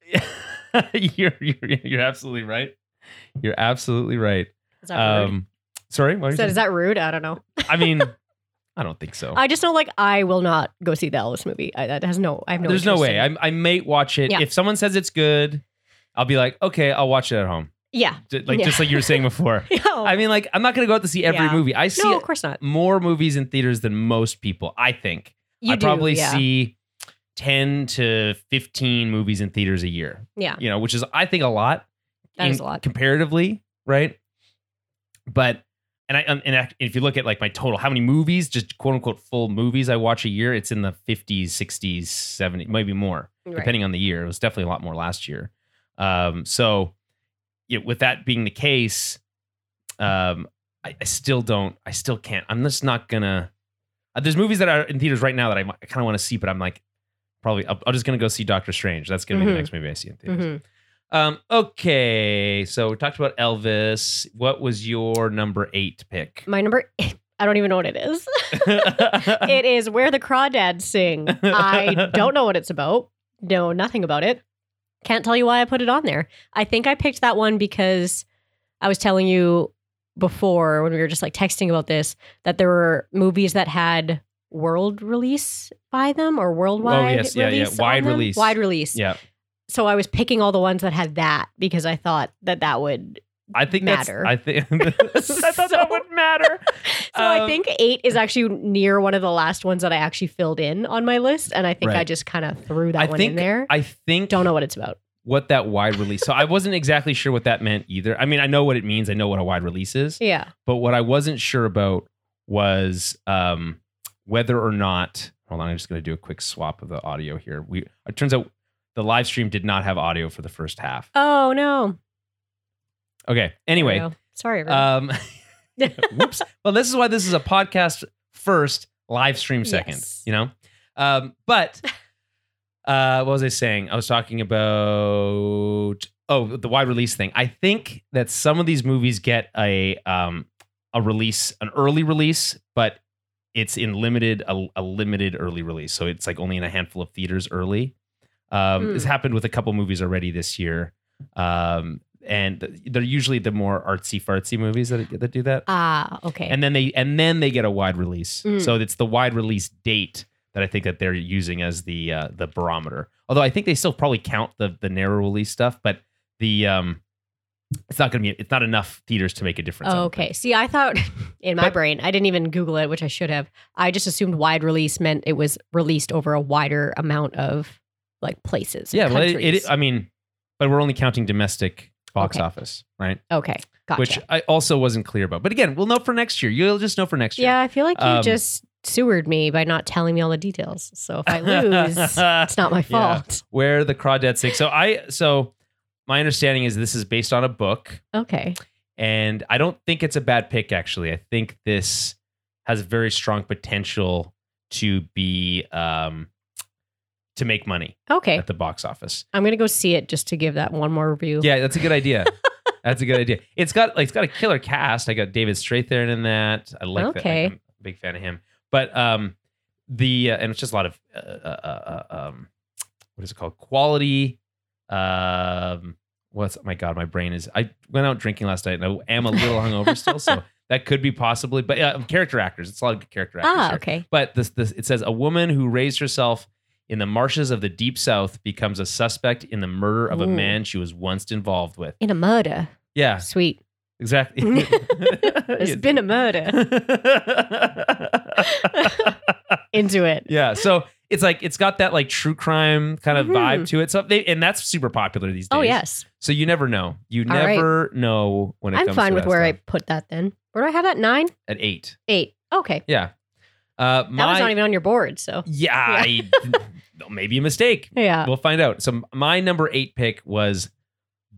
[SPEAKER 1] it? [LAUGHS] you're, you're you're absolutely right. You're absolutely right.
[SPEAKER 2] is that, rude?
[SPEAKER 1] Um, sorry. What are
[SPEAKER 2] Is
[SPEAKER 1] you
[SPEAKER 2] that,
[SPEAKER 1] saying? Oh.
[SPEAKER 2] is that rude i don't know
[SPEAKER 1] I
[SPEAKER 2] [LAUGHS]
[SPEAKER 1] mean, I don't think so.
[SPEAKER 2] i just know like i will not go see the elvis movie I, that has no i have no
[SPEAKER 1] There's no
[SPEAKER 2] interest
[SPEAKER 1] way.
[SPEAKER 2] in it.
[SPEAKER 1] I, I may watch it
[SPEAKER 2] Yeah.
[SPEAKER 1] if someone says it's good. I'll be like, okay, I'll watch it at home.
[SPEAKER 2] yeah [LAUGHS]
[SPEAKER 1] J- Like just like you were saying before.
[SPEAKER 2] no,
[SPEAKER 1] I mean, like I'm not gonna go out to see every
[SPEAKER 2] Yeah.
[SPEAKER 1] movie. I see
[SPEAKER 2] no of course not
[SPEAKER 1] more movies in theaters than most people. I think
[SPEAKER 2] you
[SPEAKER 1] I
[SPEAKER 2] do,
[SPEAKER 1] probably
[SPEAKER 2] yeah.
[SPEAKER 1] see ten to fifteen movies in theaters a year.
[SPEAKER 2] Yeah.
[SPEAKER 1] you know, which is I think a lot.
[SPEAKER 2] That
[SPEAKER 1] in-
[SPEAKER 2] is a lot.
[SPEAKER 1] comparatively, right? But and I and I- if you look at like my total, how many movies, just quote unquote full movies I watch a year, it's in the 50s, 60s, 70s, maybe more
[SPEAKER 2] Right.
[SPEAKER 1] depending on the year. It was definitely a lot more last year. Um, so, you know, with that being the case, um, I, I still don't. I still can't. I'm just not gonna. uh, there's movies that are in theaters right now that I, kind of want to see, but I'm like, probably I'm, I'm just gonna go see Doctor Strange. That's gonna be
[SPEAKER 2] Mhm.
[SPEAKER 1] the next movie I see in theaters.
[SPEAKER 2] Mhm.
[SPEAKER 1] Um, okay, so we talked about Elvis. What was your number eight pick?
[SPEAKER 2] My number, [LAUGHS] I don't even know what it is.
[SPEAKER 1] [LAUGHS]
[SPEAKER 2] it is Where the Crawdads Sing. I don't know what it's about. Know nothing about it. Can't tell you why I put it on there. I think I picked that one because I was telling you before when we were just like texting about this that there were movies that had world release by them or worldwide.
[SPEAKER 1] Oh, yes, yeah, yeah.
[SPEAKER 2] release on
[SPEAKER 1] Wide
[SPEAKER 2] them.
[SPEAKER 1] release.
[SPEAKER 2] Wide release.
[SPEAKER 1] yeah,
[SPEAKER 2] So I was picking all the ones that had that because I thought that that would.
[SPEAKER 1] I think
[SPEAKER 2] Matter.
[SPEAKER 1] That's, I [LAUGHS] think I thought
[SPEAKER 2] So-
[SPEAKER 1] that would matter. [LAUGHS]
[SPEAKER 2] So I
[SPEAKER 1] Um,
[SPEAKER 2] think eight is actually near one of the last ones that I actually filled in on my list, and I think I
[SPEAKER 1] Right.
[SPEAKER 2] just kind of threw that
[SPEAKER 1] I
[SPEAKER 2] one
[SPEAKER 1] think
[SPEAKER 2] in there.
[SPEAKER 1] I think
[SPEAKER 2] don't know what it's about.
[SPEAKER 1] what that wide release. So I wasn't exactly sure what that meant either. I mean, I know what it means. I know what a wide release is,
[SPEAKER 2] Yeah.
[SPEAKER 1] but what I wasn't sure about was um, whether or not. Hold on, I'm just going to do a quick swap of the audio here. We it turns out the live stream did not have audio for the first half.
[SPEAKER 2] Oh no.
[SPEAKER 1] Okay. Anyway,
[SPEAKER 2] No. Sorry. everyone.
[SPEAKER 1] um, whoops. Well, this is why this is a podcast first, live stream second.
[SPEAKER 2] Yes.
[SPEAKER 1] You know, um, but uh, what was I saying? I was talking about oh the wide release thing. I think that some of these movies get a um, a release, an early release, but it's in limited a, a limited early release, so it's like only in a handful of theaters early. Um, This happened with a couple movies already this year. Um, and th- they're usually the more artsy fartsy movies that, that do that
[SPEAKER 2] ah. Okay.
[SPEAKER 1] and then they and then they get a wide release.
[SPEAKER 2] Mm.
[SPEAKER 1] So it's the wide release date that I think that they're using as the uh, the barometer. Although I think they still probably count the the narrow release stuff, but the um, it's not going to be it's not enough theaters to make a difference. I
[SPEAKER 2] Oh,
[SPEAKER 1] don't
[SPEAKER 2] okay.
[SPEAKER 1] think.
[SPEAKER 2] See, I thought [LAUGHS] in my
[SPEAKER 1] But-
[SPEAKER 2] brain, I didn't even Google it, which I should have. I just assumed wide release meant it was released over a wider amount of like places. or
[SPEAKER 1] Yeah, well, it, uh,
[SPEAKER 2] countries.
[SPEAKER 1] it, I mean, but we're only counting domestic box
[SPEAKER 2] Okay.
[SPEAKER 1] office, right?
[SPEAKER 2] okay. Gotcha.
[SPEAKER 1] Which I also wasn't clear about. But again, we'll know for next year. You'll just know for next year.
[SPEAKER 2] yeah, I feel like you
[SPEAKER 1] Um,
[SPEAKER 2] just sewered me by not telling me all the details. So if
[SPEAKER 1] [LAUGHS]
[SPEAKER 2] I lose, it's not my
[SPEAKER 1] Yeah.
[SPEAKER 2] fault.
[SPEAKER 1] Where the crawdads sing. So I so my understanding is this is based on a book.
[SPEAKER 2] Okay.
[SPEAKER 1] And I don't think it's a bad pick, actually. I think this has very strong potential to be um, to make money
[SPEAKER 2] Okay.
[SPEAKER 1] at the box office.
[SPEAKER 2] I'm gonna go see it just to give that one more review.
[SPEAKER 1] Yeah, that's a good
[SPEAKER 2] [LAUGHS]
[SPEAKER 1] idea. that's a good idea. It's got like it's got a killer cast. I got David Strathairn in that. I like
[SPEAKER 2] Okay.
[SPEAKER 1] that. I'm a big fan of him. But um, the uh, and it's just a lot of uh, uh, uh, um, what is it called? Quality. Um, what's my god? My brain is. I went out drinking last night, and I am a little hungover still,
[SPEAKER 2] [LAUGHS]
[SPEAKER 1] so that could be possibly. But uh, character actors. It's a lot of good character actors.
[SPEAKER 2] Ah.
[SPEAKER 1] here.
[SPEAKER 2] Okay.
[SPEAKER 1] But this, this it says a woman who raised herself in the marshes of the deep south becomes a suspect in the murder of
[SPEAKER 2] Ooh.
[SPEAKER 1] a man she was once involved with.
[SPEAKER 2] In a murder.
[SPEAKER 1] Yeah,
[SPEAKER 2] Sweet.
[SPEAKER 1] exactly. [LAUGHS]
[SPEAKER 2] [LAUGHS] There's been a murder. Into it.
[SPEAKER 1] yeah, so it's like it's got that like true crime kind of
[SPEAKER 2] Mhm.
[SPEAKER 1] vibe to it. So they, and that's super popular these days.
[SPEAKER 2] Oh yes.
[SPEAKER 1] So you never know. You
[SPEAKER 2] All right.
[SPEAKER 1] never know when it
[SPEAKER 2] I'm
[SPEAKER 1] comes
[SPEAKER 2] fine
[SPEAKER 1] to
[SPEAKER 2] with
[SPEAKER 1] that
[SPEAKER 2] where I
[SPEAKER 1] stuff.
[SPEAKER 2] put that then. Where do I have that? Nine?
[SPEAKER 1] at eight.
[SPEAKER 2] Eight. Okay.
[SPEAKER 1] Yeah. Uh,
[SPEAKER 2] That
[SPEAKER 1] my
[SPEAKER 2] was not even on your board, so [LAUGHS]
[SPEAKER 1] yeah, I- [LAUGHS] maybe a mistake.
[SPEAKER 2] yeah.
[SPEAKER 1] We'll find out. So my number eight pick was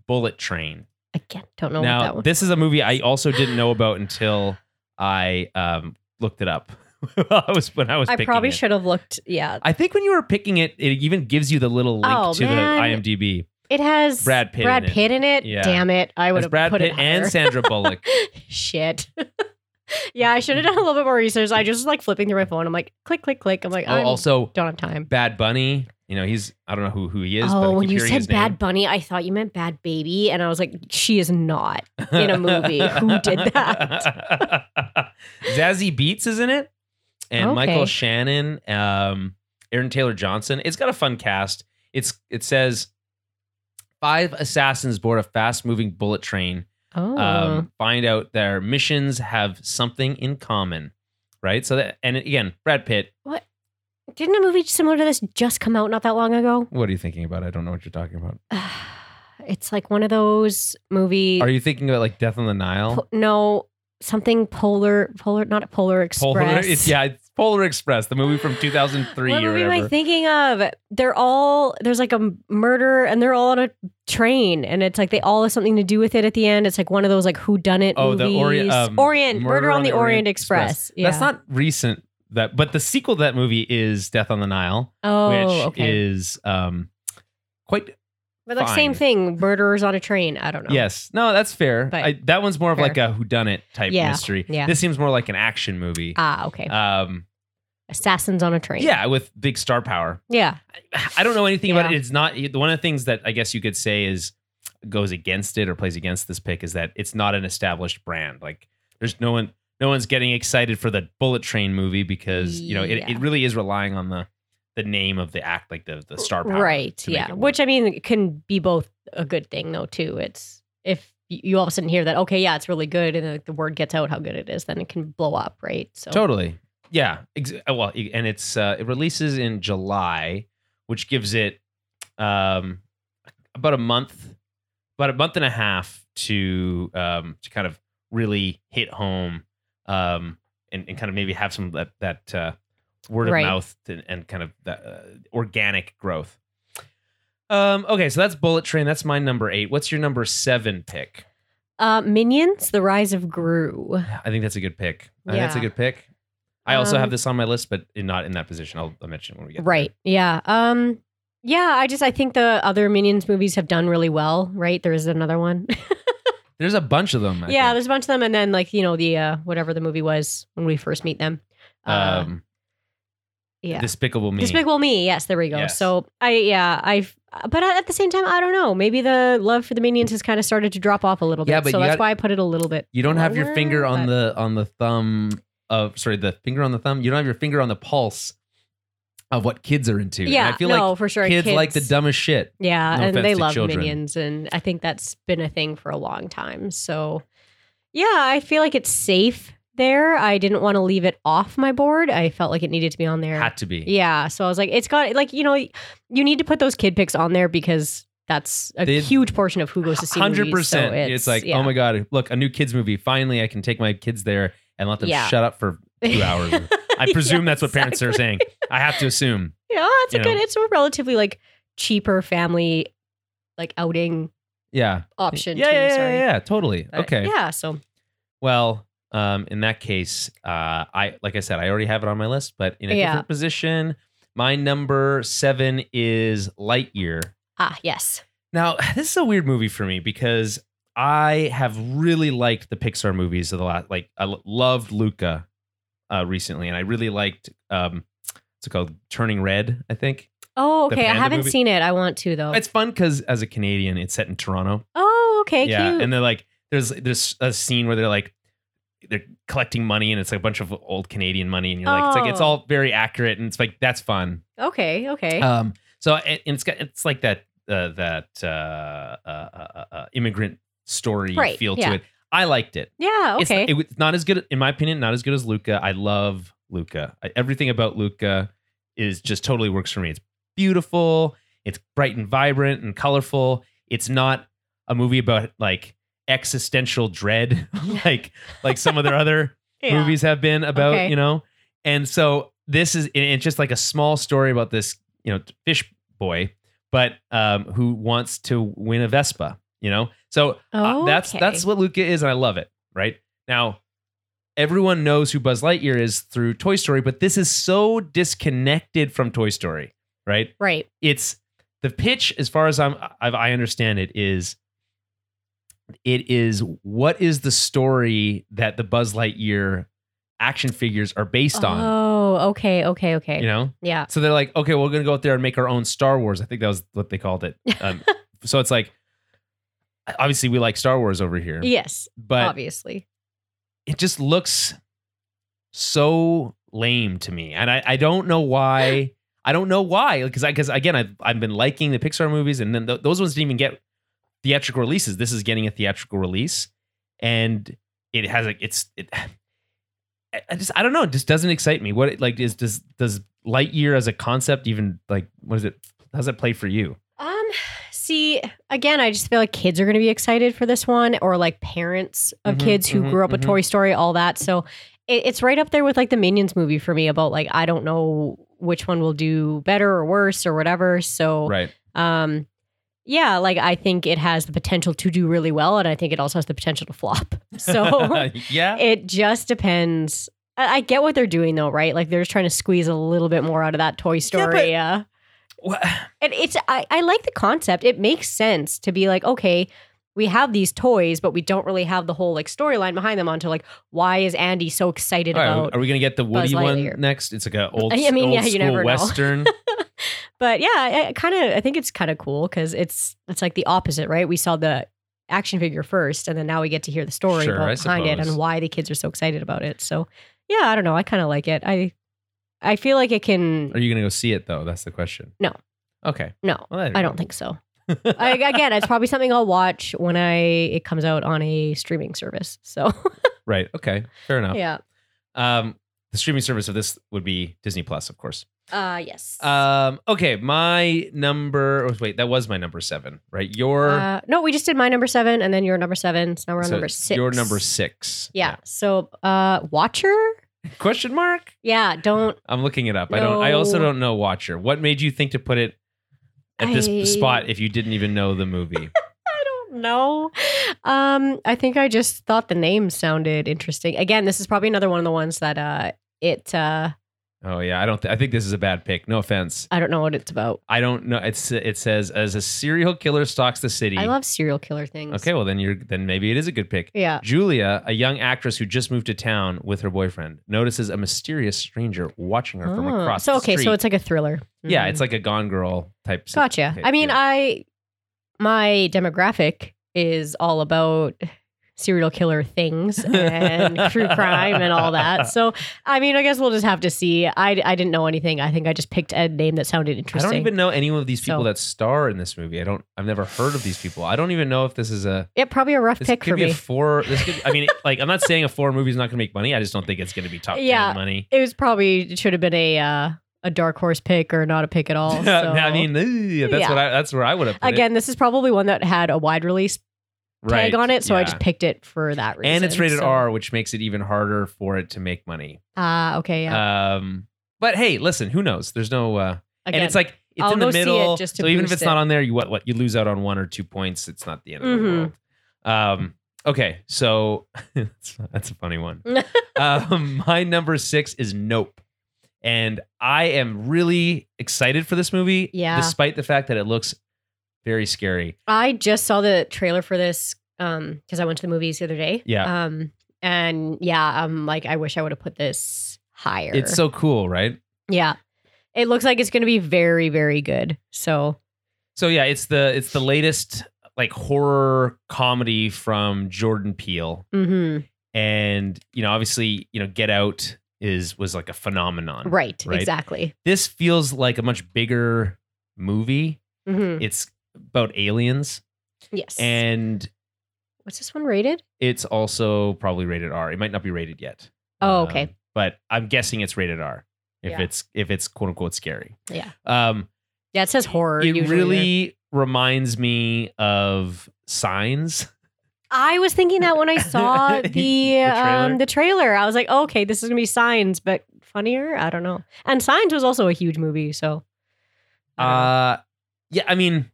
[SPEAKER 1] Bullet Train.
[SPEAKER 2] Again, don't know
[SPEAKER 1] now
[SPEAKER 2] what that one.
[SPEAKER 1] this is a movie I also didn't know about until I um, looked it up. [LAUGHS] I was when I was.
[SPEAKER 2] I
[SPEAKER 1] picking
[SPEAKER 2] probably
[SPEAKER 1] it.
[SPEAKER 2] should have looked. Yeah,
[SPEAKER 1] I think when you were picking it, it even gives you the little link
[SPEAKER 2] Oh,
[SPEAKER 1] to
[SPEAKER 2] man.
[SPEAKER 1] the IMDb.
[SPEAKER 2] it has
[SPEAKER 1] Brad Pitt
[SPEAKER 2] Brad
[SPEAKER 1] in it.
[SPEAKER 2] Pitt in it.
[SPEAKER 1] Yeah.
[SPEAKER 2] Damn it! I would
[SPEAKER 1] It's
[SPEAKER 2] have
[SPEAKER 1] Brad
[SPEAKER 2] put
[SPEAKER 1] Pitt
[SPEAKER 2] it
[SPEAKER 1] and
[SPEAKER 2] higher.
[SPEAKER 1] Sandra Bullock.
[SPEAKER 2] [LAUGHS] Shit. [LAUGHS] yeah, I should have done a little bit more research. I just was like flipping through my phone. I'm like, click, click, click. I'm like,
[SPEAKER 1] oh,
[SPEAKER 2] I
[SPEAKER 1] also
[SPEAKER 2] don't have time.
[SPEAKER 1] Bad Bunny. You know, he's I don't know who who he is. but I
[SPEAKER 2] oh,
[SPEAKER 1] keep
[SPEAKER 2] when you
[SPEAKER 1] hearing
[SPEAKER 2] said
[SPEAKER 1] his name.
[SPEAKER 2] Bad Bunny, I thought you meant Bad Baby, and I was like, she is not. in a movie. [LAUGHS] Who did
[SPEAKER 1] [LAUGHS] that? Zazie Beats is in it, and
[SPEAKER 2] Okay.
[SPEAKER 1] Michael Shannon, um, Aaron Taylor Johnson. It's got a fun cast. It's it says five assassins board a fast-moving bullet train.
[SPEAKER 2] Oh,
[SPEAKER 1] Um, find out their missions have something in common, right? So that and again, Brad Pitt.
[SPEAKER 2] didn't a movie similar to this just come out not that long ago? [SIGHS]
[SPEAKER 1] What are you thinking about? I don't know what you're talking about.
[SPEAKER 2] It's like one of those movies.
[SPEAKER 1] Are you thinking about like Death on the Nile?
[SPEAKER 2] no, something polar, polar, not Polar Express.
[SPEAKER 1] Polar, [LAUGHS] it's, yeah, it's Polar Express, the movie from 2003
[SPEAKER 2] what
[SPEAKER 1] or
[SPEAKER 2] movie am I
[SPEAKER 1] whatever.
[SPEAKER 2] thinking of? They're all there's like a m- murder, and they're all on a train, and it's like they all have something to do with it at the end. It's like one of those like who done it
[SPEAKER 1] Oh, the Ori-
[SPEAKER 2] movies.
[SPEAKER 1] um,
[SPEAKER 2] Orient Murder, on, the Orient, Express. Yeah.
[SPEAKER 1] That's not recent. That, but the sequel to that movie is Death on the Nile,
[SPEAKER 2] oh,
[SPEAKER 1] which
[SPEAKER 2] okay.
[SPEAKER 1] is um quite
[SPEAKER 2] but like same
[SPEAKER 1] fine.
[SPEAKER 2] thing, murderers on a train. I don't know.
[SPEAKER 1] Yes. No, that's fair.
[SPEAKER 2] Oh. But-
[SPEAKER 1] I, that one's more of
[SPEAKER 2] Fair.
[SPEAKER 1] like a whodunit type
[SPEAKER 2] Yeah,
[SPEAKER 1] mystery.
[SPEAKER 2] yeah.
[SPEAKER 1] This seems more like an action movie.
[SPEAKER 2] Ah, okay.
[SPEAKER 1] um,
[SPEAKER 2] Assassins on a train.
[SPEAKER 1] yeah, with big star power.
[SPEAKER 2] Yeah.
[SPEAKER 1] I don't know anything about
[SPEAKER 2] Yeah.
[SPEAKER 1] it. It's not one of the things that I guess you could say is goes against it or plays against this pick is that it's not an established brand. Like there's no one, no one's getting excited for the Bullet Train movie because you know it,
[SPEAKER 2] Yeah.
[SPEAKER 1] it really is relying on the the name of the act, like the the star power,
[SPEAKER 2] Right.
[SPEAKER 1] to make
[SPEAKER 2] Yeah.
[SPEAKER 1] it work.
[SPEAKER 2] Which I mean it can be both a good thing though too. It's if y- you all of a sudden hear that okay yeah it's really good and then the word gets out how good it is then it can blow up right. So
[SPEAKER 1] Totally. Yeah. Ex- uh, well, e- and it's uh, it releases in July, which gives it um, about a month, about a month and a half to um, to kind of really hit home um, and, and kind of maybe have some of that that uh, word
[SPEAKER 2] Right.
[SPEAKER 1] of mouth and, and kind of that, uh, organic growth. Um, okay, so that's Bullet Train. That's my number eight. What's your number seven pick?
[SPEAKER 2] Uh, Minions: The Rise of Gru.
[SPEAKER 1] I think that's a good pick. I think that's a
[SPEAKER 2] Yeah.
[SPEAKER 1] good pick. I also
[SPEAKER 2] Um,
[SPEAKER 1] have this on my list, but in- not in that position. I'll, I'll mention it when we get there.
[SPEAKER 2] Right. Yeah. Um. Yeah. I just I think the other Minions movies have done really well. Right. There is another one.
[SPEAKER 1] There's a bunch of them. I
[SPEAKER 2] [LAUGHS] yeah.
[SPEAKER 1] think.
[SPEAKER 2] There's a bunch of them, and then like you know the uh, whatever the movie was when we first meet them. Uh,
[SPEAKER 1] um,
[SPEAKER 2] yeah.
[SPEAKER 1] Despicable Me.
[SPEAKER 2] Despicable Me. Yes, there we go.
[SPEAKER 1] Yes.
[SPEAKER 2] So I, yeah, I. But at the same time, I don't know. Maybe the love for the minions has kind of started to drop off a little bit.
[SPEAKER 1] Yeah, but
[SPEAKER 2] so
[SPEAKER 1] you
[SPEAKER 2] that's
[SPEAKER 1] got-
[SPEAKER 2] why I put it a little bit.
[SPEAKER 1] you don't have your
[SPEAKER 2] longer,
[SPEAKER 1] finger on
[SPEAKER 2] but-
[SPEAKER 1] the on the thumb of sorry, the finger on the thumb. You don't have your finger on the pulse of what kids are into. And
[SPEAKER 2] yeah,
[SPEAKER 1] I feel
[SPEAKER 2] no,
[SPEAKER 1] like
[SPEAKER 2] for sure.
[SPEAKER 1] kids, like the dumbest shit.
[SPEAKER 2] Yeah,
[SPEAKER 1] No
[SPEAKER 2] and
[SPEAKER 1] offense
[SPEAKER 2] they
[SPEAKER 1] to
[SPEAKER 2] love
[SPEAKER 1] children.
[SPEAKER 2] minions, and I think that's been a thing for a long time. So, yeah, I feel like it's safe there. I didn't want to leave it off my board. I felt like it needed to be on there.
[SPEAKER 1] Had to be.
[SPEAKER 2] Yeah, so I was like, it's got like you know, you need to put those kid picks on there because that's a
[SPEAKER 1] They-
[SPEAKER 2] huge portion of who goes to see.
[SPEAKER 1] Hundred
[SPEAKER 2] movies, so
[SPEAKER 1] percent. It's, like,
[SPEAKER 2] yeah.
[SPEAKER 1] oh my god, look, a new kids movie. Finally, I can take my kids there and let them
[SPEAKER 2] Yeah.
[SPEAKER 1] shut up for two
[SPEAKER 2] [LAUGHS]
[SPEAKER 1] hours. I presume that's what parents are saying. I have to assume.
[SPEAKER 2] Yeah, it's a
[SPEAKER 1] you
[SPEAKER 2] good.
[SPEAKER 1] know.
[SPEAKER 2] It's a relatively like cheaper family like outing
[SPEAKER 1] Yeah.
[SPEAKER 2] option.
[SPEAKER 1] Yeah,
[SPEAKER 2] too,
[SPEAKER 1] yeah,
[SPEAKER 2] sorry.
[SPEAKER 1] yeah, yeah, totally.
[SPEAKER 2] But,
[SPEAKER 1] okay.
[SPEAKER 2] Yeah, so
[SPEAKER 1] Well, um, in that case, uh, I like I said, I already have it on my list, but in a
[SPEAKER 2] Yeah.
[SPEAKER 1] different position. My number seven is Lightyear.
[SPEAKER 2] ah yes,
[SPEAKER 1] Now, [SIGHS] this is a weird movie for me because I have really liked the Pixar movies of the last. Like, I lo- loved Luca uh, recently, and I really liked um, what's it called, Turning Red. I think
[SPEAKER 2] Oh,
[SPEAKER 1] The
[SPEAKER 2] okay. I
[SPEAKER 1] panda
[SPEAKER 2] haven't
[SPEAKER 1] movie?
[SPEAKER 2] seen it. I want to though.
[SPEAKER 1] it's fun because as a Canadian, it's set in Toronto,
[SPEAKER 2] oh, okay,
[SPEAKER 1] yeah,
[SPEAKER 2] cute.
[SPEAKER 1] and they're like, there's there's a scene where they're like, they're collecting money, and it's like a bunch of old Canadian money, and you're like, it's like it's
[SPEAKER 2] Oh. Eh.
[SPEAKER 1] all very accurate, and it's like that's fun.
[SPEAKER 2] okay, okay.
[SPEAKER 1] Um, so and and it's got it's like that uh, that uh, uh, uh, uh, immigrant story
[SPEAKER 2] Right,
[SPEAKER 1] feel
[SPEAKER 2] yeah.
[SPEAKER 1] to it. I liked it.
[SPEAKER 2] yeah,
[SPEAKER 1] It's,
[SPEAKER 2] okay.
[SPEAKER 1] it was not as good, in my opinion, not as good as Luca. I love Luca. I, everything about Luca is just totally works for me. It's beautiful. It's bright and vibrant and colorful. It's not a movie about like existential
[SPEAKER 2] [LAUGHS]
[SPEAKER 1] dread, [LAUGHS] like like some of their other
[SPEAKER 2] Yeah.
[SPEAKER 1] movies have been about,
[SPEAKER 2] Okay.
[SPEAKER 1] you know. And so this is and it's just like a small story about this, you know, fish boy, but um, who wants to win a Vespa, you know. So uh, that's
[SPEAKER 2] Okay.
[SPEAKER 1] that's what Luca is, and I love it. Right now, everyone knows who Buzz Lightyear is through Toy Story, but this is so disconnected from Toy Story. Right?
[SPEAKER 2] right.
[SPEAKER 1] It's the pitch, as far as I'm, i I understand it is. It is what is the story that the Buzz Lightyear action figures are based on?
[SPEAKER 2] Oh, okay, okay, okay.
[SPEAKER 1] You know,
[SPEAKER 2] yeah.
[SPEAKER 1] so they're like, okay, we're gonna go out there and make our own Star Wars. I think that was what they called it. Um,
[SPEAKER 2] [LAUGHS]
[SPEAKER 1] so it's like, obviously, we like Star Wars over here,
[SPEAKER 2] Yes,
[SPEAKER 1] but
[SPEAKER 2] obviously.
[SPEAKER 1] it just looks so lame to me, and I, I don't know why. I don't know why because I because again I've I've been liking the Pixar movies, and then th- those ones didn't even get theatrical releases. This is getting a theatrical release, and it has a it's it. [SIGHS] I- I just I don't know. It just doesn't excite me. What like is does does Lightyear as a concept even like what is it? How's it play for you?
[SPEAKER 2] Um see, again, I just feel like kids are going to be excited for this one, or like parents of
[SPEAKER 1] Mhm,
[SPEAKER 2] kids who
[SPEAKER 1] mhm,
[SPEAKER 2] grew up with
[SPEAKER 1] mhm.
[SPEAKER 2] Toy Story, all that. So it, it's right up there with like the Minions movie for me about like, I don't know which one will do better or worse or whatever. So,
[SPEAKER 1] Right.
[SPEAKER 2] um, yeah, like I think it has the potential to do really well, and I think it also has the potential to flop. [LAUGHS] [LAUGHS] So
[SPEAKER 1] [LAUGHS] yeah.
[SPEAKER 2] it just depends. I I get what they're doing though, right? Like they're just trying to squeeze a little bit more out of that Toy Story. uh,
[SPEAKER 1] Wha- [SIGHS]
[SPEAKER 2] and it's I, I like the concept. It makes sense to be like, okay, we have these toys, but we don't really have the whole like storyline behind them onto like why is Andy so excited
[SPEAKER 1] All right, uh,
[SPEAKER 2] about
[SPEAKER 1] are we gonna get the Woody one
[SPEAKER 2] Lightyear.
[SPEAKER 1] next? It's like an old,
[SPEAKER 2] [LAUGHS] I mean,
[SPEAKER 1] old
[SPEAKER 2] yeah, you
[SPEAKER 1] school
[SPEAKER 2] never know.
[SPEAKER 1] western.
[SPEAKER 2] but yeah, I, I kind of I think it's kind of cool because it's it's like the opposite, right? We saw the action figure first, and then now we get to hear the story
[SPEAKER 1] Sure,
[SPEAKER 2] about-
[SPEAKER 1] I
[SPEAKER 2] behind it and
[SPEAKER 1] suppose.
[SPEAKER 2] why the kids are so excited about it. So yeah, I don't know. I kind of like it. I I feel like it can.
[SPEAKER 1] Are you gonna go see it though? That's the question.
[SPEAKER 2] No.
[SPEAKER 1] Okay.
[SPEAKER 2] No,
[SPEAKER 1] Well, there
[SPEAKER 2] I
[SPEAKER 1] you
[SPEAKER 2] don't think so.
[SPEAKER 1] go. [LAUGHS]
[SPEAKER 2] I, again, it's probably something I'll watch when I it comes out on a streaming service. So
[SPEAKER 1] right. Okay. Fair enough.
[SPEAKER 2] [LAUGHS] yeah,
[SPEAKER 1] Um, the streaming service of this would be Disney Plus, of course.
[SPEAKER 2] uh, yes.
[SPEAKER 1] Um, okay. My number. oh, Wait, that was my number seven, right? Your
[SPEAKER 2] Uh, no, we just did my number seven, and then your number seven. So now we're on
[SPEAKER 1] so
[SPEAKER 2] number six.
[SPEAKER 1] Your number six.
[SPEAKER 2] Yeah. So uh, Watcher.
[SPEAKER 1] Question mark?
[SPEAKER 2] Yeah. Don't
[SPEAKER 1] I'm looking it up. [LAUGHS] I don't. I also
[SPEAKER 2] No.
[SPEAKER 1] don't know Watcher. What made you think to put it at this
[SPEAKER 2] I-
[SPEAKER 1] spot if you didn't even know the
[SPEAKER 2] [LAUGHS]
[SPEAKER 1] movie?
[SPEAKER 2] I don't know. Um, I think I just thought the name sounded interesting. Again, this is probably another one of the ones that uh it uh
[SPEAKER 1] oh yeah, I don't. Th- I think this is a bad pick. No offense.
[SPEAKER 2] I don't know what it's about.
[SPEAKER 1] I don't know. It's it says as a serial killer stalks the city.
[SPEAKER 2] I love serial killer things.
[SPEAKER 1] Okay, well then you're then maybe it is a good pick.
[SPEAKER 2] Yeah.
[SPEAKER 1] Julia, a young actress who just moved to town with her boyfriend, notices a mysterious stranger watching her from
[SPEAKER 2] Oh.
[SPEAKER 1] across
[SPEAKER 2] so
[SPEAKER 1] the
[SPEAKER 2] okay,
[SPEAKER 1] street.
[SPEAKER 2] so it's like a thriller.
[SPEAKER 1] yeah,
[SPEAKER 2] Mm.
[SPEAKER 1] it's like a Gone Girl type. sit-
[SPEAKER 2] gotcha.
[SPEAKER 1] okay,
[SPEAKER 2] I mean,
[SPEAKER 1] yeah.
[SPEAKER 2] I my demographic is all about serial killer
[SPEAKER 1] [LAUGHS]
[SPEAKER 2] things and true crime and all that. So I mean, I guess we'll just have to see. I I didn't know anything. I think I just picked a name that sounded
[SPEAKER 1] I
[SPEAKER 2] interesting.
[SPEAKER 1] don't even know any of these people
[SPEAKER 2] So-
[SPEAKER 1] that star in this movie. I don't. I've never heard of these people. I don't even know if this is a.
[SPEAKER 2] yeah, probably a rough
[SPEAKER 1] This
[SPEAKER 2] pick
[SPEAKER 1] could
[SPEAKER 2] for
[SPEAKER 1] be
[SPEAKER 2] me.
[SPEAKER 1] a four. This could. I
[SPEAKER 2] [LAUGHS]
[SPEAKER 1] mean, like, I'm not saying a foreign movie is not going to make money. I just don't think it's going to be top
[SPEAKER 2] Yeah.
[SPEAKER 1] ten money. [LAUGHS]
[SPEAKER 2] It was probably it should have been a uh, a dark horse pick or not a pick at all.
[SPEAKER 1] [LAUGHS]
[SPEAKER 2] So.
[SPEAKER 1] I mean, eh, that's
[SPEAKER 2] Yeah.
[SPEAKER 1] what I. That's where I would have put it.
[SPEAKER 2] again, this is probably one that had a wide release
[SPEAKER 1] Right,
[SPEAKER 2] tag on it, so I
[SPEAKER 1] yeah.
[SPEAKER 2] just picked it for that reason.
[SPEAKER 1] And it's rated
[SPEAKER 2] so-
[SPEAKER 1] R, which makes it even harder for it to make money.
[SPEAKER 2] Ah, okay, yeah.
[SPEAKER 1] Um, but hey, listen, who knows? There's no. Uh,
[SPEAKER 2] Again,
[SPEAKER 1] and it's like it's
[SPEAKER 2] I'll
[SPEAKER 1] in the
[SPEAKER 2] go see it
[SPEAKER 1] middle.
[SPEAKER 2] just to
[SPEAKER 1] so even if
[SPEAKER 2] boost
[SPEAKER 1] it's not
[SPEAKER 2] it.
[SPEAKER 1] on there, you what what you lose out on one or two points. It's not the end of the
[SPEAKER 2] Mhm.
[SPEAKER 1] world. Um, okay, so [LAUGHS] that's, that's a funny
[SPEAKER 2] [LAUGHS]
[SPEAKER 1] one. um, my number six is Nope, and I am really excited for this movie.
[SPEAKER 2] Yeah.
[SPEAKER 1] despite the fact that it looks very scary.
[SPEAKER 2] I just saw the trailer for this um because I went to the movies the other day.
[SPEAKER 1] Yeah.
[SPEAKER 2] Um and yeah, um like I wish I would have put this higher.
[SPEAKER 1] It's so cool, right?
[SPEAKER 2] yeah. It looks like it's going to be very very good. So
[SPEAKER 1] So yeah, it's the it's the latest like horror comedy from Jordan Peele.
[SPEAKER 2] mhm.
[SPEAKER 1] and you know obviously you know get out is was like a phenomenon
[SPEAKER 2] Right,
[SPEAKER 1] Right.
[SPEAKER 2] Exactly.
[SPEAKER 1] this feels like a much bigger movie
[SPEAKER 2] Mhm.
[SPEAKER 1] it's about aliens
[SPEAKER 2] Yes.
[SPEAKER 1] and
[SPEAKER 2] What's this one rated?
[SPEAKER 1] it's also probably rated r it might not be rated yet
[SPEAKER 2] Oh, okay.
[SPEAKER 1] Um, but i'm guessing it's rated r if
[SPEAKER 2] Yeah.
[SPEAKER 1] it's if it's quote unquote scary
[SPEAKER 2] Yeah.
[SPEAKER 1] um
[SPEAKER 2] Yeah, it says horror.
[SPEAKER 1] it
[SPEAKER 2] usually.
[SPEAKER 1] really reminds me of signs
[SPEAKER 2] I was thinking that
[SPEAKER 1] [LAUGHS]
[SPEAKER 2] when I saw the,
[SPEAKER 1] The trailer?
[SPEAKER 2] um the trailer, I was like, okay, this is gonna be Signs, but funnier. I don't know. And Signs was also a huge movie, so I don't know.
[SPEAKER 1] Uh, yeah, I mean,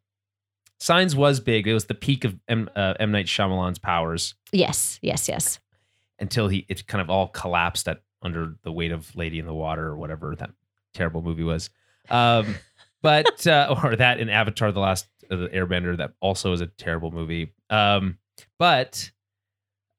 [SPEAKER 1] Signs was big. It was the peak of M, uh, M Night Shyamalan's powers
[SPEAKER 2] yes, yes, yes.
[SPEAKER 1] until he it kind of all collapsed at under the weight of Lady in the Water or whatever that terrible movie was.
[SPEAKER 2] [LAUGHS]
[SPEAKER 1] Um, but uh, or that in Avatar: The Last uh, the Airbender that also is a terrible movie. Um, but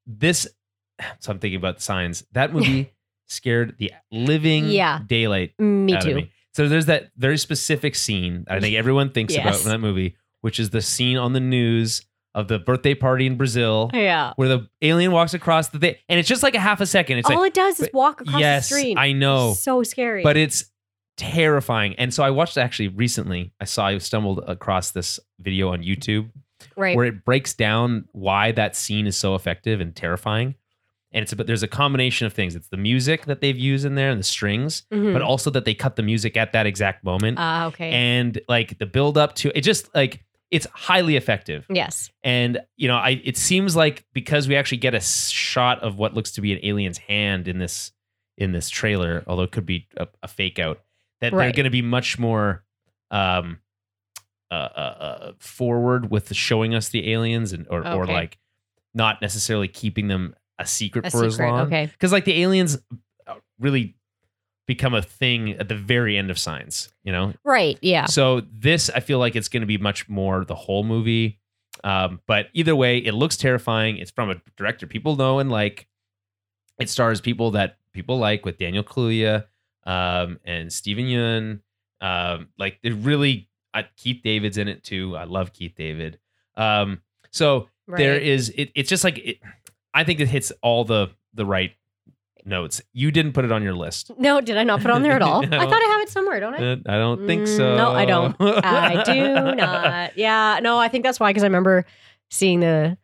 [SPEAKER 1] this, [SIGHS] so I'm thinking about Signs. That movie scared the living
[SPEAKER 2] Yeah.
[SPEAKER 1] daylight
[SPEAKER 2] Me
[SPEAKER 1] out of
[SPEAKER 2] too.
[SPEAKER 1] So there's that very specific scene that I think everyone thinks about
[SPEAKER 2] Yes.
[SPEAKER 1] in that movie, which is the scene on the news of the birthday party in Brazil
[SPEAKER 2] Yeah.
[SPEAKER 1] where the alien walks across the thing, and it's just like a half a second. It's
[SPEAKER 2] All
[SPEAKER 1] like
[SPEAKER 2] it does is
[SPEAKER 1] but-
[SPEAKER 2] walk Oh, across
[SPEAKER 1] yes,
[SPEAKER 2] the screen.
[SPEAKER 1] I know,
[SPEAKER 2] So scary.
[SPEAKER 1] but it's terrifying. And so I watched actually recently. I saw I stumbled across this video on YouTube
[SPEAKER 2] right.
[SPEAKER 1] where it breaks down why that scene is so effective and terrifying. And it's but there's a combination of things. It's the music that they've used in there and the strings,
[SPEAKER 2] Mhm.
[SPEAKER 1] but also that they cut the music at that exact moment
[SPEAKER 2] Ah, okay.
[SPEAKER 1] and like the build up to it just like it's highly effective.
[SPEAKER 2] Yes.
[SPEAKER 1] And you know, I it seems like because we actually get a s- shot of what looks to be an alien's hand in this in this trailer, although it could be a, a fake out, that they're
[SPEAKER 2] Right.
[SPEAKER 1] going to be much more um uh, uh, uh forward with the showing us the aliens and or or
[SPEAKER 2] Okay.
[SPEAKER 1] like not necessarily keeping them a secret
[SPEAKER 2] A
[SPEAKER 1] for as
[SPEAKER 2] secret.
[SPEAKER 1] long
[SPEAKER 2] Okay.
[SPEAKER 1] because like the aliens uh, really become a thing at the very end of Signs, you know,
[SPEAKER 2] Right. Yeah.
[SPEAKER 1] so this, I feel like it's going to be much more the whole movie. Um, but either way, it looks terrifying. It's from a director people know and like. It stars people that people like with Daniel Kaluuya um, and Steven Yeun. Um, like it really, uh, Keith David's in it too. I love Keith David. Um, so
[SPEAKER 2] Right.
[SPEAKER 1] there is it, it's just like it, I think it hits all the the right notes. You didn't put it on your list.
[SPEAKER 2] no, did I not put it
[SPEAKER 1] [LAUGHS]
[SPEAKER 2] on there at all?
[SPEAKER 1] No.
[SPEAKER 2] I thought I have it somewhere, don't
[SPEAKER 1] [LAUGHS]
[SPEAKER 2] I?
[SPEAKER 1] Uh, I don't think
[SPEAKER 2] Mm,
[SPEAKER 1] so.
[SPEAKER 2] no, I don't. I
[SPEAKER 1] [LAUGHS]
[SPEAKER 2] do not. Yeah, no, I think that's why because I remember seeing the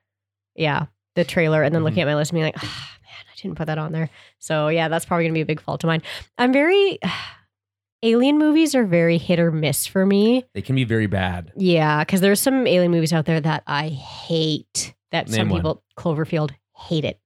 [SPEAKER 2] yeah the trailer and then looking
[SPEAKER 1] Mm-hmm.
[SPEAKER 2] at my list and being like, oh, man, I didn't put that on there. So yeah, that's probably gonna be a big fault of mine. I'm very [SIGHS] alien movies are very hit or miss for me.
[SPEAKER 1] They can be very bad.
[SPEAKER 2] Yeah, because there's some alien movies out there that I hate. That some
[SPEAKER 1] Name one.
[SPEAKER 2] people Cloverfield hate it.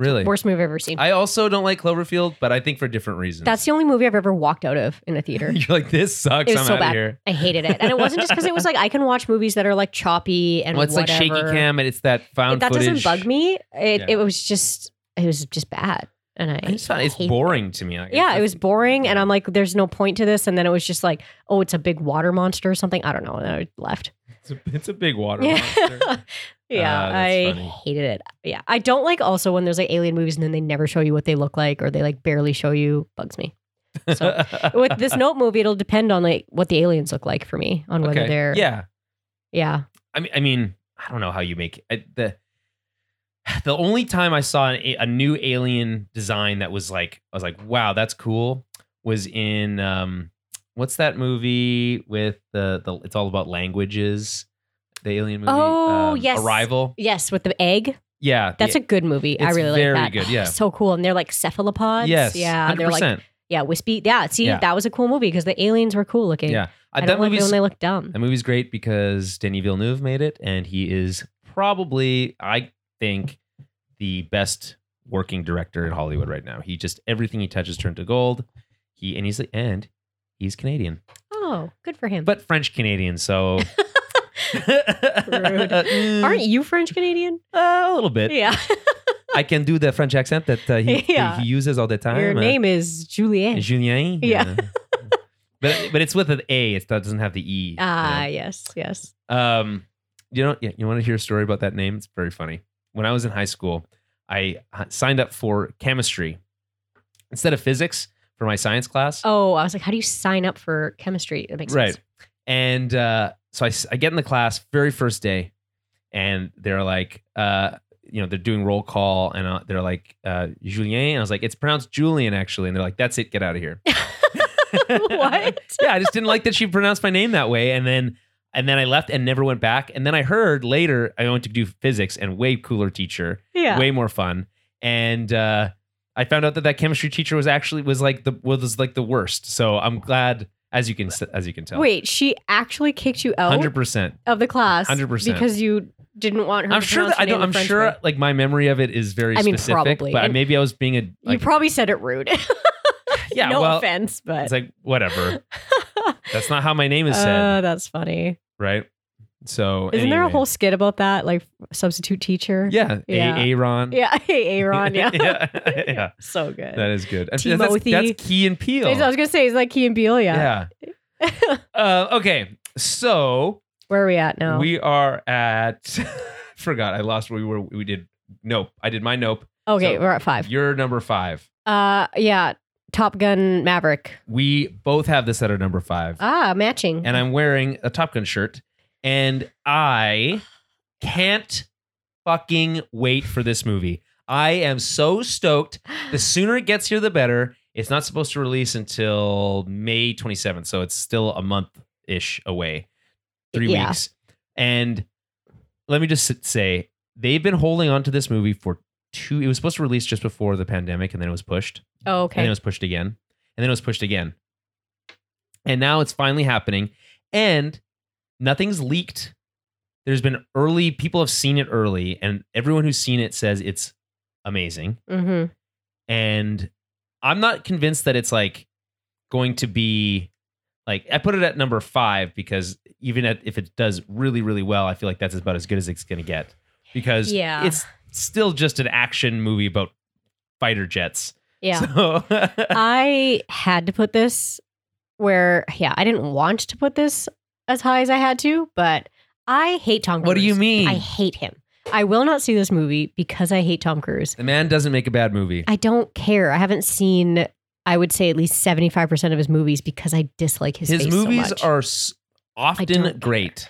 [SPEAKER 1] Really?
[SPEAKER 2] Worst movie I've ever seen.
[SPEAKER 1] I also don't like Cloverfield, but I think for different reasons. [LAUGHS]
[SPEAKER 2] that's the only movie I've ever walked out of in a theater.
[SPEAKER 1] You're like, this sucks.
[SPEAKER 2] It was
[SPEAKER 1] I'm
[SPEAKER 2] so
[SPEAKER 1] out of
[SPEAKER 2] bad.
[SPEAKER 1] here.
[SPEAKER 2] I hated it, and it wasn't just because it was like I can watch movies that are like choppy and
[SPEAKER 1] well, it's like shaky
[SPEAKER 2] whatever.
[SPEAKER 1] cam and it's that found
[SPEAKER 2] that
[SPEAKER 1] footage.
[SPEAKER 2] doesn't bug me. It
[SPEAKER 1] Yeah.
[SPEAKER 2] it was just it was just bad, and I,
[SPEAKER 1] I just found it's
[SPEAKER 2] hate-
[SPEAKER 1] boring to me. Like,
[SPEAKER 2] Yeah,
[SPEAKER 1] it's-
[SPEAKER 2] it was boring, and I'm like, there's no point to this. And then it was just like, oh, it's a big water monster or something. I don't know. And then I left.
[SPEAKER 1] [LAUGHS] It's a, it's a big water
[SPEAKER 2] Yeah,
[SPEAKER 1] monster.
[SPEAKER 2] yeah,
[SPEAKER 1] Ah, that's
[SPEAKER 2] I
[SPEAKER 1] funny.
[SPEAKER 2] hated it. Yeah, I don't like also when there's like alien movies and then they never show you what they look like or they like barely show you. Bugs me.
[SPEAKER 1] [LAUGHS]
[SPEAKER 2] [LAUGHS] So, With this note movie, it'll depend on like what the aliens look like for me on
[SPEAKER 1] [LAUGHS]
[SPEAKER 2] whether
[SPEAKER 1] Okay.
[SPEAKER 2] they're
[SPEAKER 1] yeah.
[SPEAKER 2] yeah
[SPEAKER 1] I mean, I mean, I don't know how you make I, the. The only time I saw an, a- a new alien design that was like, I was like, wow, that's cool, was in um, what's that movie with the the? It's all about languages, the alien movie.
[SPEAKER 2] Oh,
[SPEAKER 1] um,
[SPEAKER 2] yes.
[SPEAKER 1] Arrival.
[SPEAKER 2] yes with the egg.
[SPEAKER 1] Yeah,
[SPEAKER 2] That's a good movie. I
[SPEAKER 1] It's
[SPEAKER 2] really
[SPEAKER 1] very
[SPEAKER 2] like that. Ah,
[SPEAKER 1] good, yeah.
[SPEAKER 2] so cool. And they're like cephalopods.
[SPEAKER 1] yes,
[SPEAKER 2] yeah,
[SPEAKER 1] 100%.
[SPEAKER 2] they're like Yeah, wispy. Yeah, see,
[SPEAKER 1] Yeah.
[SPEAKER 2] that was a cool movie because the aliens were cool looking.
[SPEAKER 1] Yeah. Uh,
[SPEAKER 2] I
[SPEAKER 1] that
[SPEAKER 2] don't like it
[SPEAKER 1] movie's
[SPEAKER 2] when they look dumb.
[SPEAKER 1] that movie's great because Denis Villeneuve made it, and he is probably, I think, the best working director in Hollywood right now. He just everything he touches turns to gold. He and he's and he's Canadian,
[SPEAKER 2] Oh, good for him.
[SPEAKER 1] but French Canadian, so. Mm,
[SPEAKER 2] aren't you French Canadian?
[SPEAKER 1] [LAUGHS] uh, a little bit?
[SPEAKER 2] Yeah, [LAUGHS]
[SPEAKER 1] I can do the French accent that uh, he,
[SPEAKER 2] Yeah.
[SPEAKER 1] he uses all the time.
[SPEAKER 2] your
[SPEAKER 1] uh,
[SPEAKER 2] name is Juliet.
[SPEAKER 1] Julien.
[SPEAKER 2] Yeah.
[SPEAKER 1] [LAUGHS] but but it's with an A. It doesn't have the E. you know?
[SPEAKER 2] Ah, yes, yes.
[SPEAKER 1] Um, you know, yeah, you want to hear a story about that name? It's very funny. When I was in high school, I h- signed up for chemistry instead of physics for my science class.
[SPEAKER 2] Oh, I was like, how do you sign up for chemistry? That makes
[SPEAKER 1] right.
[SPEAKER 2] sense.
[SPEAKER 1] And uh, so I, s- I get in the class very first day, and they're like, uh, you know, they're doing roll call, and uh, they're like, uh, Julien. And I was like, it's pronounced Julian actually, and they're like, that's it, get out of here.
[SPEAKER 2] [LAUGHS] what?
[SPEAKER 1] [LAUGHS] yeah, I just didn't like that she pronounced my name that way. And then and then I left and never went back. And then I heard later I went to do physics and way cooler teacher,
[SPEAKER 2] Yeah.
[SPEAKER 1] way more fun. And uh, I found out that that chemistry teacher was actually was like the was like the worst. So I'm glad as you can as you can tell.
[SPEAKER 2] Wait, oh. she actually kicked you out
[SPEAKER 1] hundred percent.
[SPEAKER 2] of the class
[SPEAKER 1] 100%.
[SPEAKER 2] because you didn't want her.
[SPEAKER 1] I'm
[SPEAKER 2] to
[SPEAKER 1] sure that I
[SPEAKER 2] pronounce
[SPEAKER 1] don't.
[SPEAKER 2] your name
[SPEAKER 1] I'm
[SPEAKER 2] the French
[SPEAKER 1] sure
[SPEAKER 2] way.
[SPEAKER 1] like my memory of it is very
[SPEAKER 2] I mean,
[SPEAKER 1] specific,
[SPEAKER 2] probably.
[SPEAKER 1] but
[SPEAKER 2] And
[SPEAKER 1] maybe I was being a
[SPEAKER 2] you
[SPEAKER 1] like,
[SPEAKER 2] probably said it rude. [LAUGHS]
[SPEAKER 1] yeah.
[SPEAKER 2] no
[SPEAKER 1] well,
[SPEAKER 2] offense, but
[SPEAKER 1] it's like whatever.
[SPEAKER 2] [LAUGHS]
[SPEAKER 1] That's not how my name is said,
[SPEAKER 2] Uh, that's funny.
[SPEAKER 1] right? So
[SPEAKER 2] Isn't there a
[SPEAKER 1] anyway.
[SPEAKER 2] whole skit about that, like substitute teacher?
[SPEAKER 1] Yeah,
[SPEAKER 2] Yeah.
[SPEAKER 1] A- Aaron.
[SPEAKER 2] [LAUGHS] yeah.
[SPEAKER 1] [LAUGHS]
[SPEAKER 2] Hey, Aaron. Yeah.
[SPEAKER 1] yeah, yeah.
[SPEAKER 2] [LAUGHS] so good.
[SPEAKER 1] That is good. And
[SPEAKER 2] Timothy.
[SPEAKER 1] That's, that's Key and Peele.
[SPEAKER 2] I was gonna say it's like Key and Peele. Yeah.
[SPEAKER 1] yeah.
[SPEAKER 2] [LAUGHS]
[SPEAKER 1] uh, okay, so
[SPEAKER 2] Where are we at now?
[SPEAKER 1] we are at. [LAUGHS] forgot, I lost where we were. We did nope. I did my nope.
[SPEAKER 2] okay,
[SPEAKER 1] so-
[SPEAKER 2] we're at five.
[SPEAKER 1] You're number five.
[SPEAKER 2] Uh, yeah. Top Gun Maverick.
[SPEAKER 1] We both have this at our number five,
[SPEAKER 2] Ah, matching.
[SPEAKER 1] and I'm wearing a Top Gun shirt, and I can't fucking wait for this movie. I am so stoked. the sooner it gets here, the better. It's not supposed to release until May 27th, so it's still a month ish away, three
[SPEAKER 2] Yeah.
[SPEAKER 1] weeks. And let me just s- say, they've been holding on to this movie for two. It was supposed to release just before the pandemic, and then it was pushed,
[SPEAKER 2] oh,
[SPEAKER 1] and then
[SPEAKER 2] okay.
[SPEAKER 1] it was pushed again, and then it was pushed again, and now it's finally happening. And nothing's leaked. There's been early people have seen it early, and everyone who's seen it says it's amazing.
[SPEAKER 2] hmm
[SPEAKER 1] And I'm not convinced that it's like going to be like I put it at number five because even at, if it does really really well, I feel like that's about as good as it's gonna get because
[SPEAKER 2] Yeah.
[SPEAKER 1] it's still just an action movie about fighter jets.
[SPEAKER 2] Yeah.
[SPEAKER 1] [LAUGHS] So
[SPEAKER 2] I had to put this where, yeah, I didn't want to put this as high as I had to, but I hate Tom Cruise.
[SPEAKER 1] what do you mean?
[SPEAKER 2] I hate him. I will not see this movie because I hate Tom Cruise.
[SPEAKER 1] the man doesn't make a bad movie.
[SPEAKER 2] I don't care. I haven't seen, I would say, at least 75% of his movies because I dislike his
[SPEAKER 1] His
[SPEAKER 2] face so
[SPEAKER 1] movies
[SPEAKER 2] much.
[SPEAKER 1] are s- often
[SPEAKER 2] don't
[SPEAKER 1] great.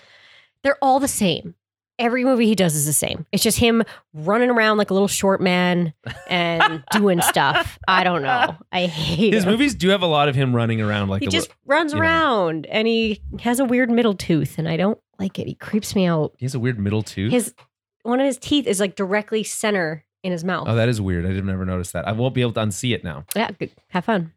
[SPEAKER 2] They're all the same. Every movie he does is the same. It's just him running around like a little short man
[SPEAKER 1] [LAUGHS]
[SPEAKER 2] and doing stuff. I don't know. I hate
[SPEAKER 1] His
[SPEAKER 2] him.
[SPEAKER 1] movies do have a lot of him running around like
[SPEAKER 2] He
[SPEAKER 1] a
[SPEAKER 2] just
[SPEAKER 1] little,
[SPEAKER 2] runs
[SPEAKER 1] you know.
[SPEAKER 2] around and he has a weird middle tooth, and I don't like it. He creeps me out.
[SPEAKER 1] he has a weird middle tooth.
[SPEAKER 2] His one of his teeth is like directly center in his mouth.
[SPEAKER 1] oh, that is weird. I didn't ever notice that. I won't be able to unsee it now.
[SPEAKER 2] yeah, good. have fun.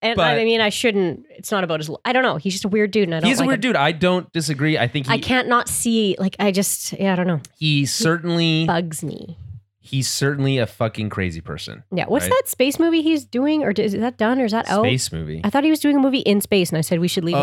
[SPEAKER 2] And
[SPEAKER 1] But-
[SPEAKER 2] I mean, I shouldn't. It's not about his. I don't know. He's just a weird dude, and I don't.
[SPEAKER 1] He's a
[SPEAKER 2] like
[SPEAKER 1] weird
[SPEAKER 2] him.
[SPEAKER 1] dude. I don't disagree. I think he,
[SPEAKER 2] I can't not see. Like I just. Yeah, I don't know.
[SPEAKER 1] he certainly
[SPEAKER 2] Bugs me.
[SPEAKER 1] he's certainly a fucking crazy person.
[SPEAKER 2] Yeah. What's
[SPEAKER 1] Right.
[SPEAKER 2] that space movie he's doing, or is that done, or is that out?
[SPEAKER 1] Space movie.
[SPEAKER 2] I thought he was doing a movie in space, and I said we should leave him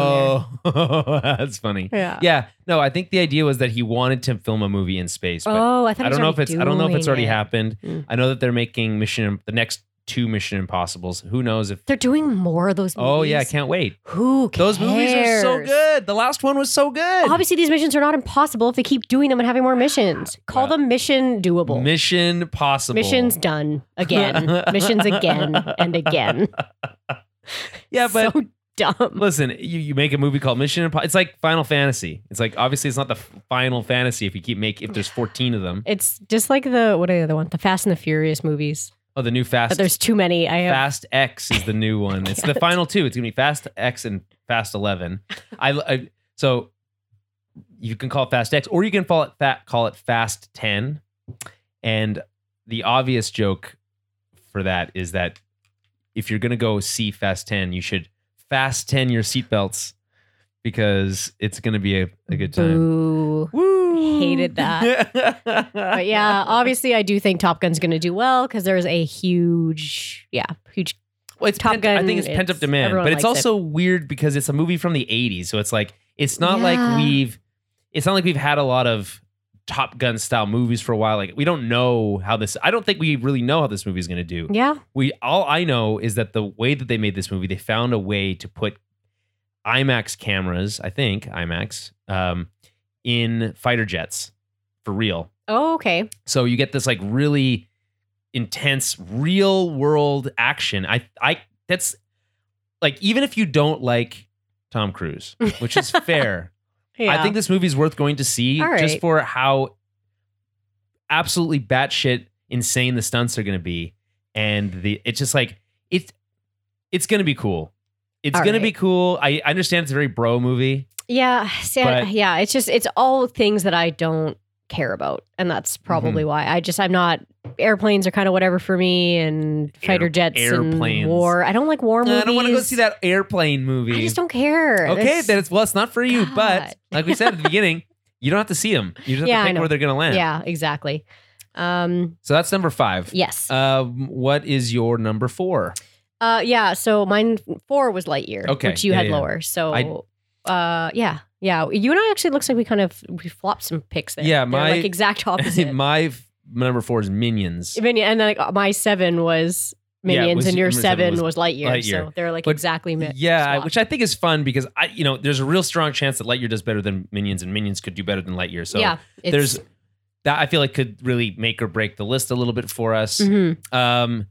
[SPEAKER 1] Oh, [LAUGHS] that's funny.
[SPEAKER 2] there. Yeah.
[SPEAKER 1] Yeah, no, I think the idea was that he wanted to film a movie in space, but
[SPEAKER 2] Oh, I thought.
[SPEAKER 1] I
[SPEAKER 2] he was
[SPEAKER 1] don't know if
[SPEAKER 2] already
[SPEAKER 1] it's I don't know if it's
[SPEAKER 2] doing
[SPEAKER 1] already
[SPEAKER 2] it.
[SPEAKER 1] happened.
[SPEAKER 2] Mm.
[SPEAKER 1] I know that they're making Mission the next two Mission Impossibles. Who knows if
[SPEAKER 2] They're doing more of those. movies.
[SPEAKER 1] Oh yeah, I can't wait.
[SPEAKER 2] Who cares?
[SPEAKER 1] Those movies are so good. The last one was so good.
[SPEAKER 2] Obviously, these missions are not impossible if they keep doing them and having more missions. Call
[SPEAKER 1] Well,
[SPEAKER 2] them mission doable.
[SPEAKER 1] Mission possible.
[SPEAKER 2] Missions done
[SPEAKER 1] [LAUGHS]
[SPEAKER 2] again. missions again and again.
[SPEAKER 1] Yeah, but
[SPEAKER 2] so [LAUGHS] dumb.
[SPEAKER 1] listen, you, you make a movie called Mission Impossible. It's like Final Fantasy. It's like obviously it's not the Final Fantasy if you keep make if there's 14 of them.
[SPEAKER 2] It's just like the what are the other one? The Fast and the Furious movies.
[SPEAKER 1] Oh, the new
[SPEAKER 2] But
[SPEAKER 1] Fast
[SPEAKER 2] there's too many. I have
[SPEAKER 1] Fast X is the new one.
[SPEAKER 2] [LAUGHS]
[SPEAKER 1] It's the
[SPEAKER 2] can't.
[SPEAKER 1] final two. It's gonna be Fast X and Fast Eleven. I, I so you can call it Fast X, or you can call it fat, call it Fast Ten. And the obvious joke for that is that if you're gonna go see Fast Ten, you should Fast Ten your seatbelts because it's gonna be a, a good time.
[SPEAKER 2] Boo.
[SPEAKER 1] Woo! [LAUGHS]
[SPEAKER 2] Hated that. But yeah, obviously, I do think Top Gun's going to do well because there's a huge, yeah, huge.
[SPEAKER 1] Well, it's
[SPEAKER 2] Top
[SPEAKER 1] pent, I
[SPEAKER 2] Gun,
[SPEAKER 1] think it's pent up
[SPEAKER 2] it's-
[SPEAKER 1] demand,
[SPEAKER 2] everyone
[SPEAKER 1] but it's
[SPEAKER 2] likes it.
[SPEAKER 1] also weird because it's a movie from the '80s, so it's like it's not
[SPEAKER 2] Yeah.
[SPEAKER 1] like we've it's not like we've had a lot of Top Gun style movies for a while. Like we don't know how this. I don't think we really know how this movie is going to do.
[SPEAKER 2] Yeah,
[SPEAKER 1] We all I know is that the way that they made this movie, they found a way to put IMAX cameras, I think IMAX, um, in fighter jets for real.
[SPEAKER 2] Oh, okay.
[SPEAKER 1] So you get this like really intense real world action. I I that's like even if you don't like Tom Cruise, which
[SPEAKER 2] [LAUGHS]
[SPEAKER 1] is fair.
[SPEAKER 2] Yeah.
[SPEAKER 1] I think this movie's worth going to see
[SPEAKER 2] All
[SPEAKER 1] just
[SPEAKER 2] right.
[SPEAKER 1] for how absolutely batshit insane the stunts are going to be and the it's just like it's it's going to be cool. It's
[SPEAKER 2] All
[SPEAKER 1] going
[SPEAKER 2] right.
[SPEAKER 1] to be cool. I, I understand it's a very bro movie.
[SPEAKER 2] Yeah, see, I-
[SPEAKER 1] But-
[SPEAKER 2] yeah. It's just it's all things that I don't care about, and that's probably
[SPEAKER 1] Mm-hmm.
[SPEAKER 2] why I just I'm not. Airplanes are kind of whatever for me, and
[SPEAKER 1] Air-
[SPEAKER 2] fighter jets
[SPEAKER 1] airplanes.
[SPEAKER 2] and war. I don't like war movies.
[SPEAKER 1] I don't want to go see that airplane movie.
[SPEAKER 2] I just don't care.
[SPEAKER 1] Okay,
[SPEAKER 2] That's-
[SPEAKER 1] then it's well, it's not for you.
[SPEAKER 2] God.
[SPEAKER 1] But [LAUGHS] like we said at the beginning, you don't have to see them. You just have
[SPEAKER 2] Yeah, I
[SPEAKER 1] to pick
[SPEAKER 2] know.
[SPEAKER 1] where they're gonna land.
[SPEAKER 2] yeah, exactly. Um,
[SPEAKER 1] So that's number five.
[SPEAKER 2] yes.
[SPEAKER 1] Um, what is your number four?
[SPEAKER 2] Uh, yeah. So mine four was Lightyear,
[SPEAKER 1] Okay,
[SPEAKER 2] which you
[SPEAKER 1] yeah,
[SPEAKER 2] had
[SPEAKER 1] yeah.
[SPEAKER 2] lower. So, uh, yeah, yeah. You and I actually it looks like we kind of we flopped some picks there.
[SPEAKER 1] Yeah,
[SPEAKER 2] They're,
[SPEAKER 1] my-
[SPEAKER 2] like
[SPEAKER 1] [LAUGHS]
[SPEAKER 2] exact opposite.
[SPEAKER 1] My f- number four is Minions.
[SPEAKER 2] Minion, and then like, uh, my seven was
[SPEAKER 1] Yeah,
[SPEAKER 2] Minions,
[SPEAKER 1] was-
[SPEAKER 2] and your
[SPEAKER 1] number seven
[SPEAKER 2] seven
[SPEAKER 1] was
[SPEAKER 2] was, Lightyear,
[SPEAKER 1] Lightyear.
[SPEAKER 2] So they're like
[SPEAKER 1] But-
[SPEAKER 2] exactly mi-
[SPEAKER 1] Yeah,
[SPEAKER 2] swapped.
[SPEAKER 1] which I think is fun because I, you know, there's a real strong chance that Lightyear does better than Minions, and Minions could do better than Lightyear. So
[SPEAKER 2] yeah, it's,
[SPEAKER 1] there's that. I feel like could really make or break the list a little bit for us.
[SPEAKER 2] Mhm.
[SPEAKER 1] Um,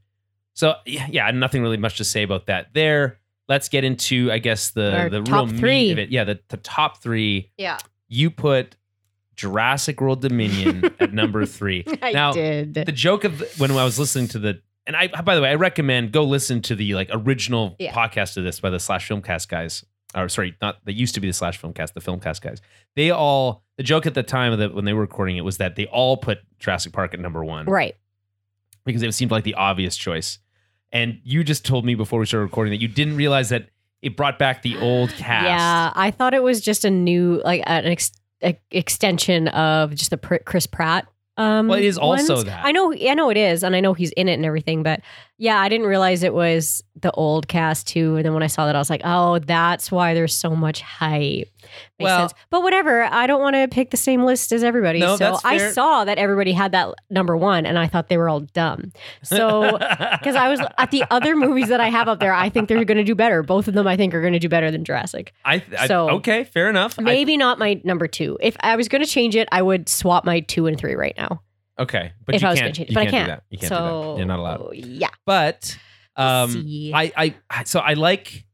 [SPEAKER 1] so yeah, yeah, nothing really much to say about that there. Let's get into, I guess, the
[SPEAKER 2] Our
[SPEAKER 1] the real
[SPEAKER 2] top
[SPEAKER 1] meat
[SPEAKER 2] three.
[SPEAKER 1] of it. Yeah, the, the top three.
[SPEAKER 2] Yeah. [LAUGHS]
[SPEAKER 1] You put Jurassic World
[SPEAKER 2] [LAUGHS]
[SPEAKER 1] Dominion at number three.
[SPEAKER 2] I
[SPEAKER 1] now
[SPEAKER 2] did.
[SPEAKER 1] the joke of when I was listening to the and I by the way, I recommend go listen to the like original
[SPEAKER 2] Yeah.
[SPEAKER 1] podcast of this by the slash filmcast guys. Or sorry, not they used to be the slash filmcast, the filmcast guys. They all the joke at the time of the, when they were recording it was that they all put Jurassic Park at number one
[SPEAKER 2] right.
[SPEAKER 1] because it seemed like the obvious choice. And you just told me before we started recording that you didn't realize that it brought back the old cast.
[SPEAKER 2] Yeah, I thought it was just a new, like an ex- a extension of just the pr- Chris Pratt. Um,
[SPEAKER 1] Well, it is also
[SPEAKER 2] ones.
[SPEAKER 1] that.
[SPEAKER 2] I know, I know it is, and I know he's in it and everything. But yeah, I didn't realize it was the old cast too. And then when I saw that, I was like, oh, that's why there's so much hype. Makes
[SPEAKER 1] Well-
[SPEAKER 2] sense. but whatever. I don't want to pick the same list as everybody.
[SPEAKER 1] No,
[SPEAKER 2] so
[SPEAKER 1] that's
[SPEAKER 2] I
[SPEAKER 1] fair.
[SPEAKER 2] saw that everybody had that number one, and I thought they were all dumb.
[SPEAKER 1] [LAUGHS]
[SPEAKER 2] So because I was at the other movies that I have up there. I think they're going to do better. Both of them, I think, are going to do better than Jurassic.
[SPEAKER 1] I, th- I
[SPEAKER 2] so-
[SPEAKER 1] okay, fair enough. I-
[SPEAKER 2] Maybe not my number two. If I was going to change it, I would swap my two and three right now.
[SPEAKER 1] okay, but
[SPEAKER 2] if
[SPEAKER 1] you
[SPEAKER 2] I was
[SPEAKER 1] can't.
[SPEAKER 2] to change,
[SPEAKER 1] you
[SPEAKER 2] it, but I
[SPEAKER 1] can't
[SPEAKER 2] can't.
[SPEAKER 1] do that. You can't do
[SPEAKER 2] so
[SPEAKER 1] that. You're not allowed.
[SPEAKER 2] Yeah.
[SPEAKER 1] But um,
[SPEAKER 2] See.
[SPEAKER 1] I, I I so I like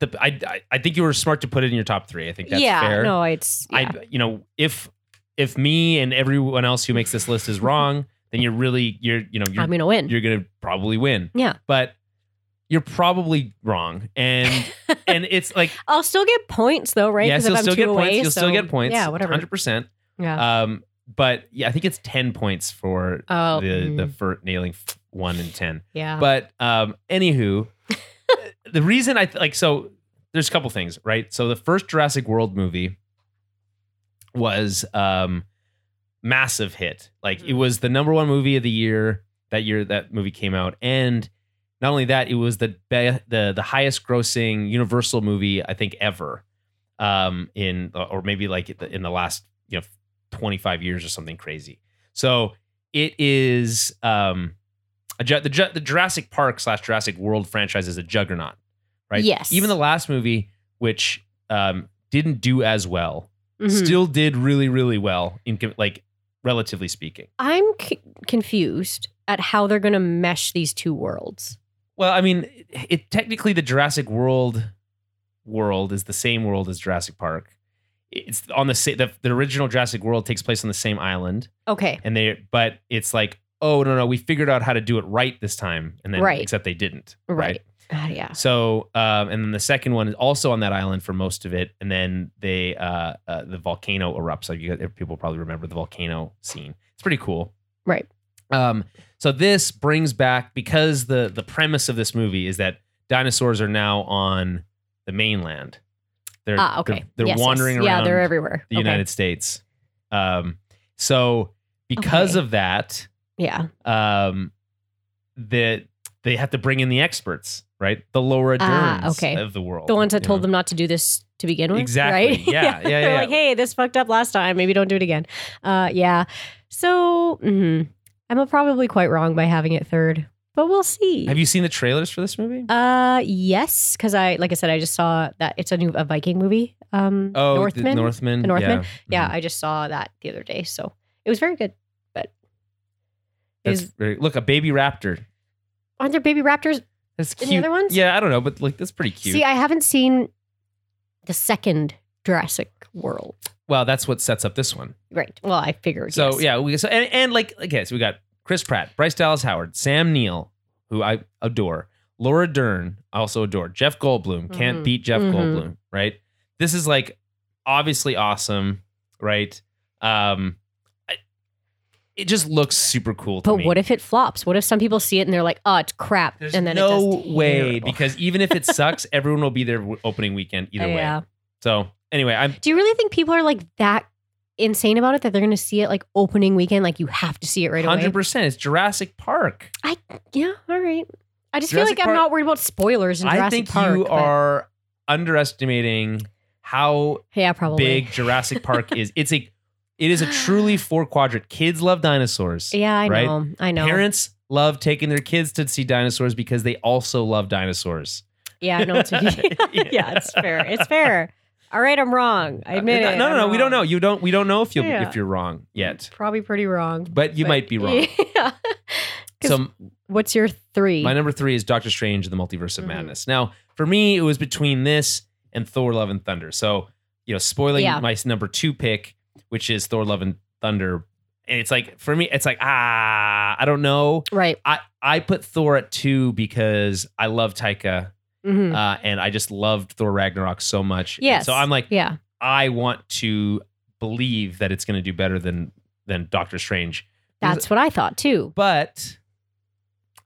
[SPEAKER 1] the I, I I think you were smart to put it in your top three. I think that's
[SPEAKER 2] yeah.
[SPEAKER 1] fair.
[SPEAKER 2] No, it's yeah.
[SPEAKER 1] I you know if if me and everyone else who makes this list is wrong, then you're really you're you know you're
[SPEAKER 2] I'm going to
[SPEAKER 1] [LAUGHS]
[SPEAKER 2] win.
[SPEAKER 1] you're gonna probably win.
[SPEAKER 2] Yeah.
[SPEAKER 1] but you're probably wrong,
[SPEAKER 2] [LAUGHS]
[SPEAKER 1] and and it's like
[SPEAKER 2] I'll still get points though, right?
[SPEAKER 1] yeah,
[SPEAKER 2] 'Cause
[SPEAKER 1] you'll
[SPEAKER 2] if I'm
[SPEAKER 1] still
[SPEAKER 2] two
[SPEAKER 1] get
[SPEAKER 2] away,
[SPEAKER 1] points. You'll
[SPEAKER 2] so-
[SPEAKER 1] still get points.
[SPEAKER 2] Yeah, whatever.
[SPEAKER 1] hundred percent.
[SPEAKER 2] Yeah.
[SPEAKER 1] Um, but yeah, I think it's ten points for
[SPEAKER 2] oh,
[SPEAKER 1] the
[SPEAKER 2] mm,
[SPEAKER 1] the for nailing f- one and ten.
[SPEAKER 2] yeah.
[SPEAKER 1] But um, anywho, the reason I th- like so there's a couple things, right? So the first Jurassic World movie was um massive hit. Like it
[SPEAKER 2] Mhm.
[SPEAKER 1] was the number one movie of the year that year that movie came out, and not only that, it was the be- the the highest grossing Universal movie I think ever, um, in or maybe like in the- in the last you know 25 years or something crazy. So it is um a ju- the ju- the Jurassic Park slash Jurassic World franchise is a juggernaut, right?
[SPEAKER 2] Yes.
[SPEAKER 1] Even the last movie, which um didn't do as well,
[SPEAKER 2] Mhm.
[SPEAKER 1] still did really really well in com- like relatively speaking.
[SPEAKER 2] I'm c- confused at how they're going to mesh these two worlds.
[SPEAKER 1] Well, I mean, it, it technically the Jurassic World world is the same world as Jurassic Park. It's on the sa- the, the original Jurassic World takes place on the same island,
[SPEAKER 2] Okay.
[SPEAKER 1] and they but it's like oh no no we figured out how to do it right this time, and then
[SPEAKER 2] Right.
[SPEAKER 1] except they didn't
[SPEAKER 2] Right. God, yeah.
[SPEAKER 1] So, um, and then the second one is also on that island for most of it, and then they uh, uh the volcano erupts. Like you guys, people probably remember the volcano scene. It's pretty cool,
[SPEAKER 2] Right.
[SPEAKER 1] Um, so this brings back because the the premise of this movie is that dinosaurs are now on the mainland. They're
[SPEAKER 2] Ah, okay.
[SPEAKER 1] They're, they're
[SPEAKER 2] Yes, yes.
[SPEAKER 1] wandering around
[SPEAKER 2] Yeah, they're everywhere.
[SPEAKER 1] the
[SPEAKER 2] Okay.
[SPEAKER 1] United States. Um, so because
[SPEAKER 2] Okay.
[SPEAKER 1] of that,
[SPEAKER 2] Yeah.
[SPEAKER 1] um, that they have to bring in the experts, right? The Laura
[SPEAKER 2] Ah,
[SPEAKER 1] Derns
[SPEAKER 2] okay.
[SPEAKER 1] of the world,
[SPEAKER 2] The ones that
[SPEAKER 1] you
[SPEAKER 2] told
[SPEAKER 1] know?
[SPEAKER 2] them not to do this to begin with.
[SPEAKER 1] Exactly.
[SPEAKER 2] Right? [LAUGHS]
[SPEAKER 1] Yeah, yeah,
[SPEAKER 2] They're
[SPEAKER 1] yeah.
[SPEAKER 2] like, hey, this fucked up last time. Maybe don't do it again. Uh, yeah. So mhm. I'm probably quite wrong by having it third, but we'll see.
[SPEAKER 1] Have you seen the trailers for this movie?
[SPEAKER 2] uh, yes, because I, like I said, I just saw that it's a new a Viking movie. Um,
[SPEAKER 1] oh, The
[SPEAKER 2] Northman.
[SPEAKER 1] Northman.
[SPEAKER 2] The Northman? yeah,
[SPEAKER 1] Mhm.
[SPEAKER 2] I just saw that the other day, so it was very good. But
[SPEAKER 1] That's
[SPEAKER 2] is
[SPEAKER 1] very, look, a baby raptor.
[SPEAKER 2] aren't there baby raptors?
[SPEAKER 1] That's
[SPEAKER 2] Any
[SPEAKER 1] cute.
[SPEAKER 2] other ones?
[SPEAKER 1] Yeah, I don't know, but like that's pretty cute.
[SPEAKER 2] See, I haven't seen the second Jurassic World.
[SPEAKER 1] well, that's what sets up this one.
[SPEAKER 2] Right. Well, I figured.
[SPEAKER 1] So
[SPEAKER 2] yes.
[SPEAKER 1] yeah, we so and, and like okay, so we got Chris Pratt, Bryce Dallas Howard, Sam Neill, who I adore, Laura Dern, I also adore, Jeff Goldblum, can't
[SPEAKER 2] Mhm.
[SPEAKER 1] beat Jeff
[SPEAKER 2] Mhm.
[SPEAKER 1] Goldblum, right? This is like obviously awesome, right? Um I, it just looks super cool to
[SPEAKER 2] But
[SPEAKER 1] me.
[SPEAKER 2] what if it flops? What if some people see it and they're like, "Oh, it's crap,"
[SPEAKER 1] There's
[SPEAKER 2] and then
[SPEAKER 1] no
[SPEAKER 2] it does
[SPEAKER 1] way
[SPEAKER 2] terrible. [LAUGHS]
[SPEAKER 1] because even if it sucks, everyone will be there w- opening weekend either
[SPEAKER 2] yeah.
[SPEAKER 1] way. So anyway, I'm
[SPEAKER 2] Do you really think people are like that insane about it that they're going to see it like opening weekend? Like you have to see it right
[SPEAKER 1] hundred
[SPEAKER 2] away.
[SPEAKER 1] percent. It's Jurassic Park.
[SPEAKER 2] Yeah. All right. I
[SPEAKER 1] Jurassic
[SPEAKER 2] just feel like
[SPEAKER 1] Park-
[SPEAKER 2] I'm not worried about spoilers in Jurassic
[SPEAKER 1] I think
[SPEAKER 2] Park.
[SPEAKER 1] you
[SPEAKER 2] but-
[SPEAKER 1] are underestimating how
[SPEAKER 2] Yeah, probably.
[SPEAKER 1] big Jurassic
[SPEAKER 2] [LAUGHS]
[SPEAKER 1] Park is. It's a it is a truly four quadrant. Kids love dinosaurs.
[SPEAKER 2] Yeah, I
[SPEAKER 1] right?
[SPEAKER 2] know. I know.
[SPEAKER 1] Parents love taking their kids to see dinosaurs because they also love dinosaurs.
[SPEAKER 2] Yeah, I know.
[SPEAKER 1] [LAUGHS]
[SPEAKER 2] It's
[SPEAKER 1] Yeah.
[SPEAKER 2] [LAUGHS] yeah, it's fair. It's fair. All right, I'm wrong. I admit
[SPEAKER 1] Uh, no,
[SPEAKER 2] it.
[SPEAKER 1] No, no,
[SPEAKER 2] I'm
[SPEAKER 1] no. We don't know.
[SPEAKER 2] wrong.
[SPEAKER 1] You don't. We don't know if you
[SPEAKER 2] Yeah.
[SPEAKER 1] if you're wrong yet,
[SPEAKER 2] Probably pretty wrong.
[SPEAKER 1] but you
[SPEAKER 2] but-
[SPEAKER 1] might be wrong.
[SPEAKER 2] [LAUGHS] Yeah. 'Cause
[SPEAKER 1] So
[SPEAKER 2] What's your three?
[SPEAKER 1] My number three is Doctor Strange and the Multiverse of
[SPEAKER 2] Mhm.
[SPEAKER 1] Madness. Now, for me, it was between this and Thor: Love and Thunder. So, you know, spoiling
[SPEAKER 2] Yeah.
[SPEAKER 1] my s- number two pick, which is Thor: Love and Thunder, and it's like for me, it's like ah, I don't know.
[SPEAKER 2] right.
[SPEAKER 1] I I put Thor at two because I love Taika,
[SPEAKER 2] Mhm.
[SPEAKER 1] uh, and I just loved Thor Ragnarok so much. And
[SPEAKER 2] Yes.
[SPEAKER 1] So I'm like,
[SPEAKER 2] yeah.
[SPEAKER 1] I want to believe that it's going to do better than than Doctor Strange,
[SPEAKER 2] That's what I thought too.
[SPEAKER 1] but.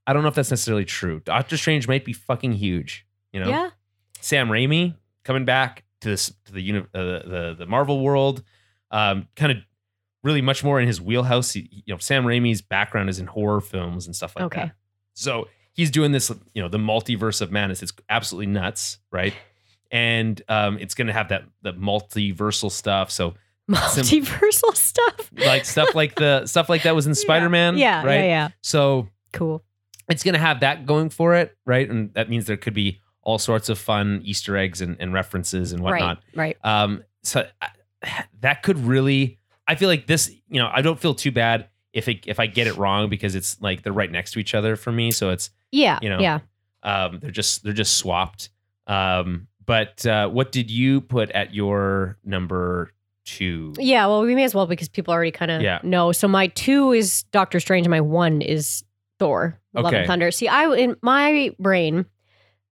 [SPEAKER 1] I don't know if that's necessarily true. Doctor Strange might be fucking huge, you know?
[SPEAKER 2] Yeah. [LAUGHS]
[SPEAKER 1] Sam Raimi coming back to this to the uni- uh, the the Marvel world, um, kind of really much more in his wheelhouse. He, you know, Sam Raimi's background is in horror films and stuff like
[SPEAKER 2] Okay.
[SPEAKER 1] that. So he's doing this, you know, the multiverse of madness. It's absolutely nuts, right? And um, it's going to have that the multiversal stuff. So
[SPEAKER 2] Multiversal
[SPEAKER 1] [LAUGHS]
[SPEAKER 2] stuff.
[SPEAKER 1] like stuff like the
[SPEAKER 2] [LAUGHS]
[SPEAKER 1] stuff like that was in
[SPEAKER 2] Yeah.
[SPEAKER 1] Spider Man,
[SPEAKER 2] Yeah,
[SPEAKER 1] right?
[SPEAKER 2] yeah, yeah.
[SPEAKER 1] So
[SPEAKER 2] Cool.
[SPEAKER 1] it's going to have that going for it, right? And that means there could be all sorts of fun Easter eggs and, and references and whatnot.
[SPEAKER 2] Right. Right.
[SPEAKER 1] Um, so I, that could really, I feel like this, you know, I don't feel too bad if it, if I get it wrong because it's like they're right next to each other for me. So it's,
[SPEAKER 2] Yeah.
[SPEAKER 1] You know,
[SPEAKER 2] yeah.
[SPEAKER 1] um, they're just, they're just swapped. Um, but uh, what did you put at your number two?
[SPEAKER 2] Yeah, well, we may as well because people already kind of
[SPEAKER 1] Yeah.
[SPEAKER 2] know. So my two is Doctor Strange, and my one is Thor: Love
[SPEAKER 1] Okay.
[SPEAKER 2] and Thunder. See, I in my brain,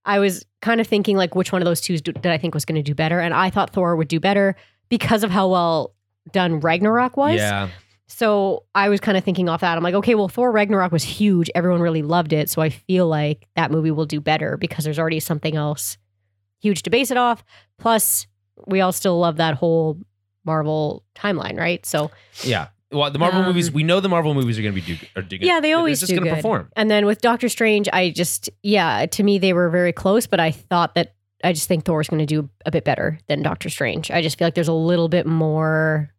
[SPEAKER 2] I was kind of thinking like which one of those two do- did I think was going to do better, and I thought Thor would do better because of how well done Ragnarok was.
[SPEAKER 1] Yeah.
[SPEAKER 2] So I was kind of thinking off that. I'm like, okay, well, Thor Ragnarok was huge. Everyone really loved it. So I feel like that movie will do better because there's already something else huge to base it off. Plus, we all still love that whole Marvel timeline, right? So,
[SPEAKER 1] Yeah. Well, the Marvel
[SPEAKER 2] Um,
[SPEAKER 1] movies, we know the Marvel movies are going to be do, are do good.
[SPEAKER 2] Yeah, they
[SPEAKER 1] They're
[SPEAKER 2] always
[SPEAKER 1] just
[SPEAKER 2] do
[SPEAKER 1] gonna
[SPEAKER 2] good.
[SPEAKER 1] perform.
[SPEAKER 2] and then with Doctor Strange, I just, yeah, to me, they were very close, but I thought that I just think Thor's going to do a bit better than Doctor Strange. I just feel like there's a little bit more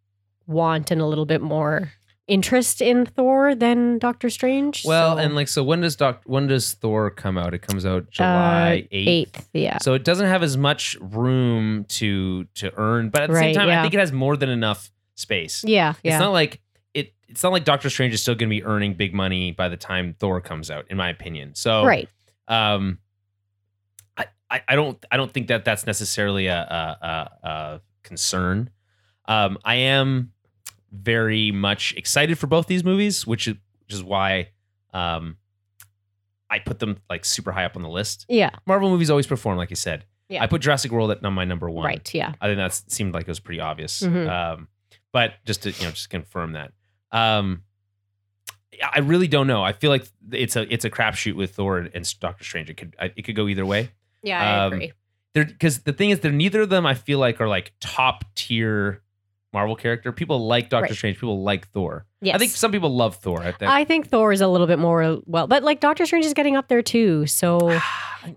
[SPEAKER 2] want and a little bit more interest in Thor than Doctor Strange.
[SPEAKER 1] Well,
[SPEAKER 2] So- Uh,
[SPEAKER 1] and like so when does Doc when does Thor come out? It comes out July eighth.
[SPEAKER 2] eighth. Yeah.
[SPEAKER 1] so it doesn't have as much room to to earn, but at the same
[SPEAKER 2] Right,
[SPEAKER 1] time, I
[SPEAKER 2] yeah.
[SPEAKER 1] think it has more than enough space.
[SPEAKER 2] Yeah.
[SPEAKER 1] It's
[SPEAKER 2] Yeah.
[SPEAKER 1] not like it it's not like Doctor Strange is still gonna be earning big money by the time Thor comes out, in my opinion. So
[SPEAKER 2] right.
[SPEAKER 1] um I, I I don't I don't think that that's necessarily a a, a, a concern. Um, I am very much excited for both these movies, which is which is why um I put them like super high up on the list.
[SPEAKER 2] Yeah.
[SPEAKER 1] Marvel movies always perform, like you said.
[SPEAKER 2] Yeah.
[SPEAKER 1] I put Jurassic World at num- my number one.
[SPEAKER 2] Right. Yeah.
[SPEAKER 1] I think that seemed like it was pretty obvious.
[SPEAKER 2] Mhm.
[SPEAKER 1] Um, but just to you know, just confirm that. Um, I really don't know. I feel like it's a it's a crapshoot with Thor and Doctor Strange. It could I- it could go either way.
[SPEAKER 2] Yeah.
[SPEAKER 1] I Um, agree. They're because the thing is, they're neither of them. I feel like are like top tier Marvel character. People like Doctor
[SPEAKER 2] Right.
[SPEAKER 1] Strange. People like Thor.
[SPEAKER 2] Yes.
[SPEAKER 1] I think some people love Thor. I think.
[SPEAKER 2] I think Thor is a little bit more well, but like Doctor Strange is getting up there too.
[SPEAKER 1] [SIGHS]
[SPEAKER 2] So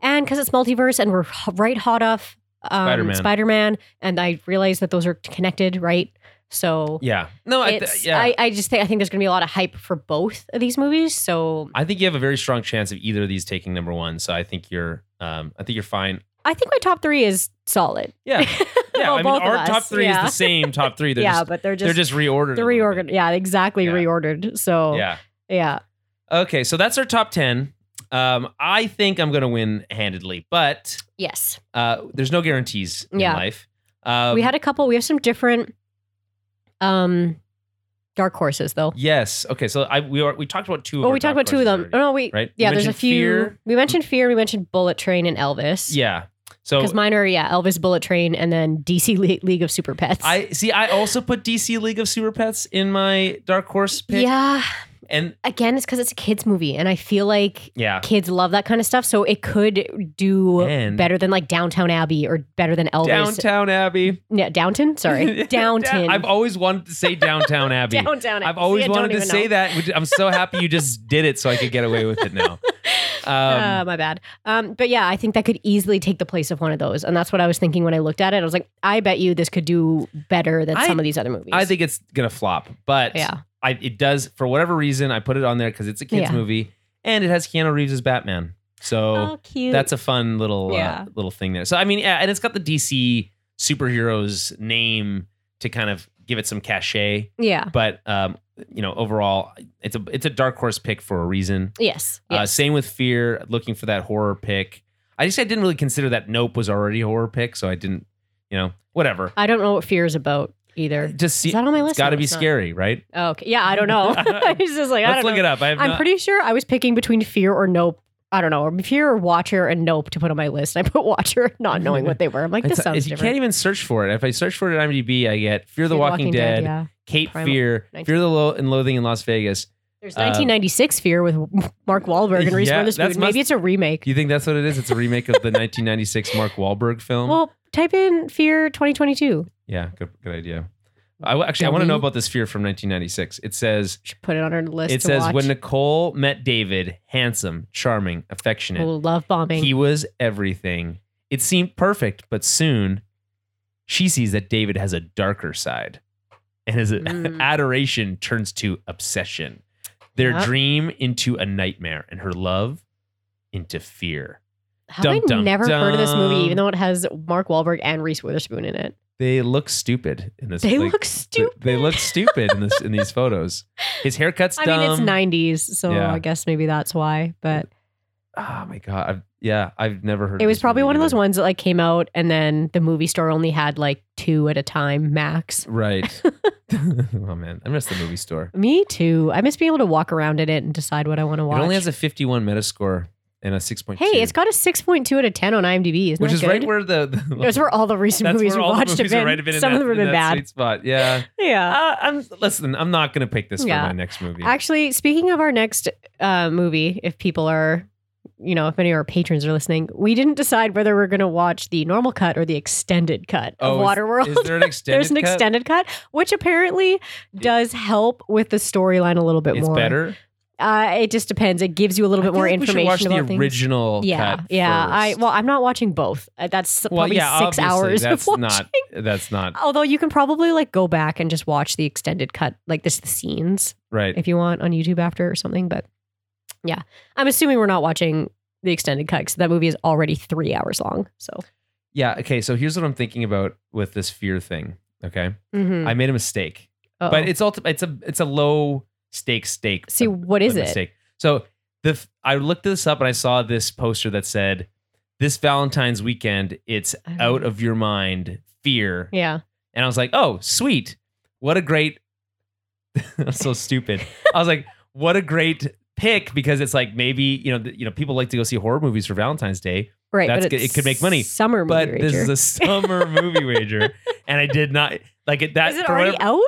[SPEAKER 2] and because it's multiverse and we're h- right hot off um,
[SPEAKER 1] Spider-Man.
[SPEAKER 2] Spider-Man, and I realize that those are connected, right? So
[SPEAKER 1] yeah. No. I
[SPEAKER 2] it's,
[SPEAKER 1] th- yeah.
[SPEAKER 2] I,
[SPEAKER 1] I,
[SPEAKER 2] I just think I think there's going to be a lot of hype for both of these movies. So
[SPEAKER 1] think you have a very strong chance of either of these taking number one. So I think you're um I think you're fine.
[SPEAKER 2] I think my top three is solid. [LAUGHS]
[SPEAKER 1] Yeah. Yeah.
[SPEAKER 2] Well,
[SPEAKER 1] I mean,
[SPEAKER 2] both of
[SPEAKER 1] our
[SPEAKER 2] us,
[SPEAKER 1] top three
[SPEAKER 2] yeah. [LAUGHS]
[SPEAKER 1] is the same top three. They're
[SPEAKER 2] yeah,
[SPEAKER 1] just
[SPEAKER 2] but they're just
[SPEAKER 1] they're just reordered.
[SPEAKER 2] the
[SPEAKER 1] a little
[SPEAKER 2] reorgan.
[SPEAKER 1] bit.
[SPEAKER 2] Yeah, exactly
[SPEAKER 1] Yeah.
[SPEAKER 2] reordered. So
[SPEAKER 1] Yeah.
[SPEAKER 2] yeah.
[SPEAKER 1] Okay, so that's our top ten. Um, I think I'm gonna win handedly, but
[SPEAKER 2] Yes.
[SPEAKER 1] uh, there's no guarantees in
[SPEAKER 2] Yeah.
[SPEAKER 1] life. Um,
[SPEAKER 2] we had a couple. We have some different um dark horses though.
[SPEAKER 1] yes. Okay, so I we are, we talked about two. Of
[SPEAKER 2] Oh,
[SPEAKER 1] our
[SPEAKER 2] we talked
[SPEAKER 1] dark
[SPEAKER 2] about two of them.
[SPEAKER 1] horses
[SPEAKER 2] Oh,
[SPEAKER 1] already.
[SPEAKER 2] no, we
[SPEAKER 1] right? We
[SPEAKER 2] yeah. There's a
[SPEAKER 1] mentioned
[SPEAKER 2] few.
[SPEAKER 1] Fear.
[SPEAKER 2] We mentioned fear. We mentioned Bullet Train and Elvis.
[SPEAKER 1] Yeah. So
[SPEAKER 2] because mine are yeah Elvis, Bullet Train, and then DC Le- League of Super Pets.
[SPEAKER 1] I see. I also put DC League of Super Pets in my dark horse pick.
[SPEAKER 2] yeah.
[SPEAKER 1] And
[SPEAKER 2] Again, it's because it's a kids movie, and I feel like
[SPEAKER 1] yeah,
[SPEAKER 2] kids love that kind of stuff. So it could do
[SPEAKER 1] And-
[SPEAKER 2] better than like Downtown Abbey or better than Elvis.
[SPEAKER 1] Downtown Abbey.
[SPEAKER 2] yeah,
[SPEAKER 1] [LAUGHS]
[SPEAKER 2] Downton. Sorry, Downton.
[SPEAKER 1] I've always wanted to say
[SPEAKER 2] [LAUGHS]
[SPEAKER 1] Downtown Abbey.
[SPEAKER 2] Downtown.
[SPEAKER 1] I've always
[SPEAKER 2] See, I don't
[SPEAKER 1] wanted to
[SPEAKER 2] even
[SPEAKER 1] say
[SPEAKER 2] know.
[SPEAKER 1] that. which- I'm so happy you
[SPEAKER 2] [LAUGHS]
[SPEAKER 1] just did it, so I could get away with it now. Um,
[SPEAKER 2] uh, my bad. Um, but yeah, I think that could easily take the place of one of those, and that's what I was thinking when I looked at it. I was like, I bet you this could do better than
[SPEAKER 1] I-
[SPEAKER 2] some of these other movies.
[SPEAKER 1] I think it's gonna flop, but
[SPEAKER 2] yeah,
[SPEAKER 1] I, it does for whatever reason. I put it on there because it's a kids
[SPEAKER 2] Yeah.
[SPEAKER 1] movie and it has Keanu Reeves as Batman, so
[SPEAKER 2] Oh, cute.
[SPEAKER 1] Oh, that's a fun little uh,
[SPEAKER 2] Yeah.
[SPEAKER 1] little thing there. So I mean, yeah, and it's got the DC superheroes name to kind of give it some cachet,
[SPEAKER 2] yeah,
[SPEAKER 1] but um, you know, overall, it's a it's a dark horse pick for a reason.
[SPEAKER 2] yes,
[SPEAKER 1] Uh,
[SPEAKER 2] yes.
[SPEAKER 1] same with Fear, looking for that horror pick. I just I didn't really consider that Nope was already a horror pick, so I didn't, you know, whatever.
[SPEAKER 2] I don't know what fear is about
[SPEAKER 1] [LAUGHS]
[SPEAKER 2] either.
[SPEAKER 1] Just see,
[SPEAKER 2] Is that on my list?
[SPEAKER 1] it's got to
[SPEAKER 2] No,
[SPEAKER 1] be
[SPEAKER 2] it's not.
[SPEAKER 1] scary, right?
[SPEAKER 2] Oh, okay, yeah, I
[SPEAKER 1] [LAUGHS]
[SPEAKER 2] don't know. [LAUGHS] He's just like I
[SPEAKER 1] Let's
[SPEAKER 2] don't
[SPEAKER 1] look
[SPEAKER 2] know.
[SPEAKER 1] it up. I have
[SPEAKER 2] I'm
[SPEAKER 1] no-
[SPEAKER 2] pretty sure I was picking between fear or nope. I don't know, or fear or Watcher and Nope to put on my list. I put [LAUGHS] Watcher, not knowing what they were. I'm like, this
[SPEAKER 1] It's-
[SPEAKER 2] sounds
[SPEAKER 1] it's- you
[SPEAKER 2] different.
[SPEAKER 1] can't even search for it. If I search for it on IMDb, I get Fear the Walking, Dead,
[SPEAKER 2] yeah.
[SPEAKER 1] Kate
[SPEAKER 2] Primal-
[SPEAKER 1] Fear,
[SPEAKER 2] 19.
[SPEAKER 1] Fear the Lo- and Loathing in Las Vegas,
[SPEAKER 2] There's
[SPEAKER 1] Uh,
[SPEAKER 2] 1996 Fear with [LAUGHS] Mark Wahlberg and Reese
[SPEAKER 1] Yeah,
[SPEAKER 2] Witherspoon.
[SPEAKER 1] that's
[SPEAKER 2] Maybe
[SPEAKER 1] must-
[SPEAKER 2] it's a remake.
[SPEAKER 1] Do you think that's what it is? It's a remake of the [LAUGHS] 1996 Mark Wahlberg film.
[SPEAKER 2] Well, type in Fear 2022.
[SPEAKER 1] yeah, good, good idea. I w- actually I want to know
[SPEAKER 2] Dummy.
[SPEAKER 1] about this fear from 1996. It says
[SPEAKER 2] Should put it on our list.
[SPEAKER 1] it
[SPEAKER 2] to
[SPEAKER 1] says
[SPEAKER 2] watch.
[SPEAKER 1] when Nicole met David, handsome, charming, affectionate.
[SPEAKER 2] Oh, love
[SPEAKER 1] [LAUGHS]
[SPEAKER 2] bombing.
[SPEAKER 1] He was everything. It seemed perfect, but soon she sees that David has a darker side. And his [LAUGHS]
[SPEAKER 2] Mm.
[SPEAKER 1] adoration turns to obsession. Their
[SPEAKER 2] Yep.
[SPEAKER 1] dream into a nightmare and her love into fear.
[SPEAKER 2] Have
[SPEAKER 1] dum,
[SPEAKER 2] I
[SPEAKER 1] dum,
[SPEAKER 2] never heard of this movie,
[SPEAKER 1] dum.
[SPEAKER 2] even though it has Mark Wahlberg and Reese Witherspoon in it?
[SPEAKER 1] They look stupid in this
[SPEAKER 2] They
[SPEAKER 1] like,
[SPEAKER 2] look
[SPEAKER 1] th-
[SPEAKER 2] stupid.
[SPEAKER 1] They look stupid in this in
[SPEAKER 2] [LAUGHS]
[SPEAKER 1] these photos. His haircut's
[SPEAKER 2] I
[SPEAKER 1] dumb.
[SPEAKER 2] mean, it's 90s, so
[SPEAKER 1] Yeah.
[SPEAKER 2] I guess maybe that's why. But
[SPEAKER 1] Oh my god. I've, yeah, I've never heard
[SPEAKER 2] it
[SPEAKER 1] of
[SPEAKER 2] was
[SPEAKER 1] this
[SPEAKER 2] probably
[SPEAKER 1] movie
[SPEAKER 2] one of those
[SPEAKER 1] either.
[SPEAKER 2] ones that like came out, and then the movie store only had like two at a time max. [LAUGHS]
[SPEAKER 1] Right. [LAUGHS] oh man. I miss the movie store.
[SPEAKER 2] Me too. I miss being able to walk around in it and decide what I want to watch.
[SPEAKER 1] It only has a 51 Metascore and a 6.2.
[SPEAKER 2] hey, it's got a 6.2 out of 10 on IMDb. Isn't
[SPEAKER 1] which
[SPEAKER 2] that
[SPEAKER 1] is
[SPEAKER 2] good?
[SPEAKER 1] right where the, the
[SPEAKER 2] That's where all the recent
[SPEAKER 1] that's
[SPEAKER 2] movies
[SPEAKER 1] where
[SPEAKER 2] we
[SPEAKER 1] all the
[SPEAKER 2] watched
[SPEAKER 1] movies
[SPEAKER 2] have been.
[SPEAKER 1] are right have been in
[SPEAKER 2] Some
[SPEAKER 1] that,
[SPEAKER 2] of them have
[SPEAKER 1] in
[SPEAKER 2] been
[SPEAKER 1] that
[SPEAKER 2] bad.
[SPEAKER 1] sweet spot.
[SPEAKER 2] [LAUGHS]
[SPEAKER 1] Yeah.
[SPEAKER 2] Yeah.
[SPEAKER 1] Uh, I'm listen. I'm not gonna pick this
[SPEAKER 2] Yeah.
[SPEAKER 1] for my next movie.
[SPEAKER 2] Actually, speaking of our next uh, movie, if people are, you know, if any of our patrons are listening, we didn't decide whether we're going to watch the normal cut or the extended cut of
[SPEAKER 1] Oh, is-
[SPEAKER 2] Waterworld.
[SPEAKER 1] Is, there an extended?
[SPEAKER 2] [LAUGHS] There's an
[SPEAKER 1] cut?
[SPEAKER 2] extended cut, which apparently does help with the storyline a little bit
[SPEAKER 1] It's
[SPEAKER 2] more.
[SPEAKER 1] better.
[SPEAKER 2] Uh, it just depends. It gives you a little
[SPEAKER 1] I
[SPEAKER 2] bit
[SPEAKER 1] feel
[SPEAKER 2] more
[SPEAKER 1] like
[SPEAKER 2] information
[SPEAKER 1] We should watch
[SPEAKER 2] about
[SPEAKER 1] the
[SPEAKER 2] things.
[SPEAKER 1] original.
[SPEAKER 2] yeah,
[SPEAKER 1] cut
[SPEAKER 2] yeah. I
[SPEAKER 1] first.
[SPEAKER 2] well, I'm not watching both. Uh, That's
[SPEAKER 1] well,
[SPEAKER 2] probably
[SPEAKER 1] yeah,
[SPEAKER 2] six
[SPEAKER 1] obviously,
[SPEAKER 2] hours
[SPEAKER 1] That's
[SPEAKER 2] of [LAUGHS] watching.
[SPEAKER 1] not. That's not
[SPEAKER 2] Although you can probably like go back and just watch the extended cut, like this the scenes
[SPEAKER 1] right.
[SPEAKER 2] if you want on YouTube after or something. But yeah, I'm assuming we're not watching the extended cut because that movie is already three hours long. So
[SPEAKER 1] Yeah. Okay. So here's what I'm thinking about with this fear thing. Okay. I made a mistake,
[SPEAKER 2] Mm-hmm. Mm. Uh-oh.
[SPEAKER 1] but it's ulti- It's a. It's a low stake stake.
[SPEAKER 2] see what is
[SPEAKER 1] a
[SPEAKER 2] it?
[SPEAKER 1] mistake. So the f- I looked this up and I saw this poster that said, "This Valentine's weekend, it's
[SPEAKER 2] Oh.
[SPEAKER 1] out of your mind, fear,"
[SPEAKER 2] Yeah,
[SPEAKER 1] and I was like, "Oh, sweet! What a great!" [LAUGHS] I'm so stupid. I was like, "What a great pick!" Because it's like maybe you know th- you know people like to go see horror movies for Valentine's Day,
[SPEAKER 2] right.
[SPEAKER 1] That's
[SPEAKER 2] but
[SPEAKER 1] good.
[SPEAKER 2] it's
[SPEAKER 1] It could make money,
[SPEAKER 2] Summer
[SPEAKER 1] but
[SPEAKER 2] movie
[SPEAKER 1] this
[SPEAKER 2] rager.
[SPEAKER 1] is a summer movie
[SPEAKER 2] [LAUGHS]
[SPEAKER 1] wager, and I did not like it. That
[SPEAKER 2] Is it
[SPEAKER 1] for
[SPEAKER 2] already
[SPEAKER 1] whatever-
[SPEAKER 2] out?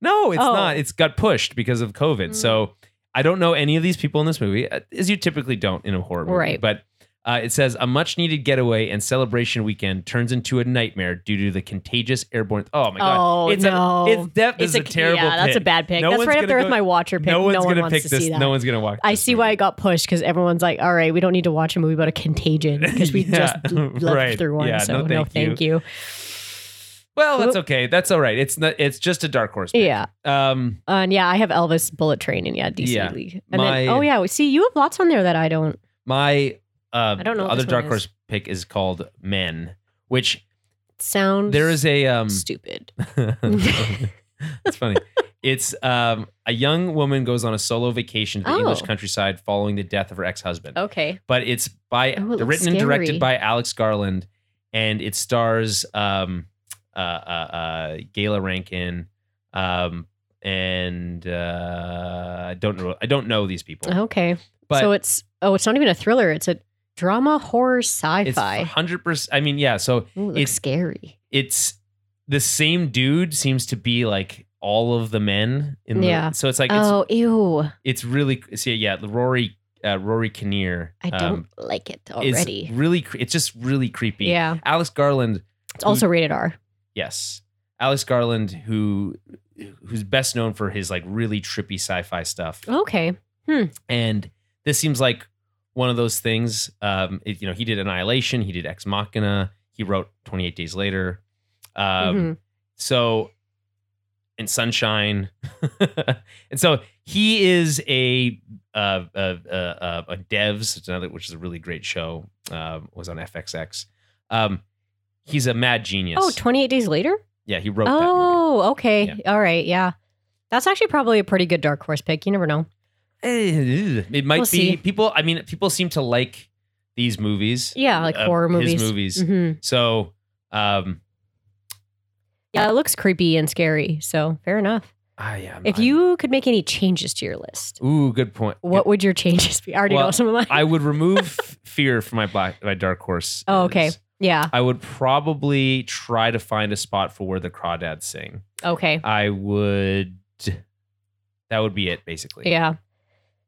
[SPEAKER 1] no, it's
[SPEAKER 2] Oh.
[SPEAKER 1] not. It's got pushed because of COVID.
[SPEAKER 2] Mm.
[SPEAKER 1] So I don't know any of these people in this movie, uh, as you typically don't in a horror movie.
[SPEAKER 2] Right.
[SPEAKER 1] But uh, it says a much needed getaway and celebration weekend turns into a nightmare due to the contagious airborne. Oh my god!
[SPEAKER 2] oh
[SPEAKER 1] it's
[SPEAKER 2] no,
[SPEAKER 1] a, it's def- this is a, terrible.
[SPEAKER 2] Yeah, that's a
[SPEAKER 1] pick.
[SPEAKER 2] bad pick.
[SPEAKER 1] No
[SPEAKER 2] that's
[SPEAKER 1] one's
[SPEAKER 2] right up
[SPEAKER 1] gonna
[SPEAKER 2] there
[SPEAKER 1] go-
[SPEAKER 2] with my watcher pick.
[SPEAKER 1] No one's
[SPEAKER 2] one
[SPEAKER 1] gonna
[SPEAKER 2] wants
[SPEAKER 1] pick
[SPEAKER 2] to
[SPEAKER 1] this.
[SPEAKER 2] See that.
[SPEAKER 1] No one's gonna watch.
[SPEAKER 2] I
[SPEAKER 1] this
[SPEAKER 2] see why
[SPEAKER 1] movie.
[SPEAKER 2] it got pushed because everyone's like, "All right, we don't need to watch a movie about a contagion because we
[SPEAKER 1] [LAUGHS] Yeah,
[SPEAKER 2] just l- lived
[SPEAKER 1] right.
[SPEAKER 2] through one."
[SPEAKER 1] Yeah,
[SPEAKER 2] so
[SPEAKER 1] no,
[SPEAKER 2] no,
[SPEAKER 1] thank
[SPEAKER 2] thank you.
[SPEAKER 1] Well, that's
[SPEAKER 2] Oop.
[SPEAKER 1] okay. That's all right. It's not. It's just a dark horse. Pick.
[SPEAKER 2] Yeah,
[SPEAKER 1] Um.
[SPEAKER 2] and yeah, I have Elvis Bullet Train and yeah, DC
[SPEAKER 1] Yeah.
[SPEAKER 2] League. And
[SPEAKER 1] My-
[SPEAKER 2] then oh yeah, see you have lots on there that I don't.
[SPEAKER 1] My uh,
[SPEAKER 2] I don't know what
[SPEAKER 1] other
[SPEAKER 2] this one
[SPEAKER 1] dark
[SPEAKER 2] is.
[SPEAKER 1] horse pick is called Men, which
[SPEAKER 2] Sounds
[SPEAKER 1] there is a um.
[SPEAKER 2] stupid.
[SPEAKER 1] [LAUGHS] That's funny. It's um, a young woman goes on a solo vacation to the
[SPEAKER 2] Oh.
[SPEAKER 1] English countryside following the death of her ex husband.
[SPEAKER 2] Okay,
[SPEAKER 1] But it's by
[SPEAKER 2] Oh, it looks
[SPEAKER 1] written and directed
[SPEAKER 2] scary.
[SPEAKER 1] by Alex Garland, and it stars um, uh, uh, uh, Gayla Rankin, um, and uh, I don't know. I don't know these people,
[SPEAKER 2] okay.
[SPEAKER 1] but
[SPEAKER 2] Oh, so it's oh, it's not even a thriller. It's a drama, horror,
[SPEAKER 1] it's
[SPEAKER 2] sci-fi.
[SPEAKER 1] hundred percent. I mean, yeah. So
[SPEAKER 2] Ooh, looks
[SPEAKER 1] it's-
[SPEAKER 2] scary.
[SPEAKER 1] it's the same dude seems to be like all of the men in the
[SPEAKER 2] Yeah.
[SPEAKER 1] so it's like it's
[SPEAKER 2] oh, ew!
[SPEAKER 1] it's really see yeah the Rory uh, Rory Kinnear
[SPEAKER 2] I don't
[SPEAKER 1] um,
[SPEAKER 2] like it
[SPEAKER 1] is
[SPEAKER 2] already.
[SPEAKER 1] really cre- it's just really creepy.
[SPEAKER 2] Yeah,
[SPEAKER 1] Alex Garland,
[SPEAKER 2] it's also rated R.
[SPEAKER 1] yes, Alex Garland who who's best known for his like really trippy sci-fi stuff,
[SPEAKER 2] Okay.
[SPEAKER 1] and this seems like one of those things. Um, it- you know, he did Annihilation, he did Ex Machina, he wrote Twenty Eight Days Later, um,
[SPEAKER 2] Mhm.
[SPEAKER 1] so and sunshine [LAUGHS] and so he is a uh, uh, uh, uh, a devs it's another which is a really great show um, was on fxx um, he's a mad genius
[SPEAKER 2] Oh, 28 days later?
[SPEAKER 1] yeah he wrote that movie.
[SPEAKER 2] Oh, okay. All right. Yeah. That's actually probably a pretty good dark horse pick. You never know.
[SPEAKER 1] Eh, it might
[SPEAKER 2] We'll
[SPEAKER 1] be
[SPEAKER 2] see.
[SPEAKER 1] people i mean people seem to like these movies Uh,
[SPEAKER 2] Yeah, like horror
[SPEAKER 1] his movies
[SPEAKER 2] movies. hmm
[SPEAKER 1] so um
[SPEAKER 2] Yeah, it looks creepy and scary. So fair enough.
[SPEAKER 1] I am,
[SPEAKER 2] If
[SPEAKER 1] I'm-
[SPEAKER 2] you could make any changes to your list,
[SPEAKER 1] ooh good point
[SPEAKER 2] what would your changes be? I already
[SPEAKER 1] Well,
[SPEAKER 2] know some of mine.
[SPEAKER 1] i would remove [LAUGHS] fear from my black my dark horse
[SPEAKER 2] Oh, okay.
[SPEAKER 1] is.
[SPEAKER 2] [LAUGHS] yeah.
[SPEAKER 1] I would probably try to find a spot for where the crawdads sing.
[SPEAKER 2] Okay.
[SPEAKER 1] I would. That would be it, basically.
[SPEAKER 2] Yeah.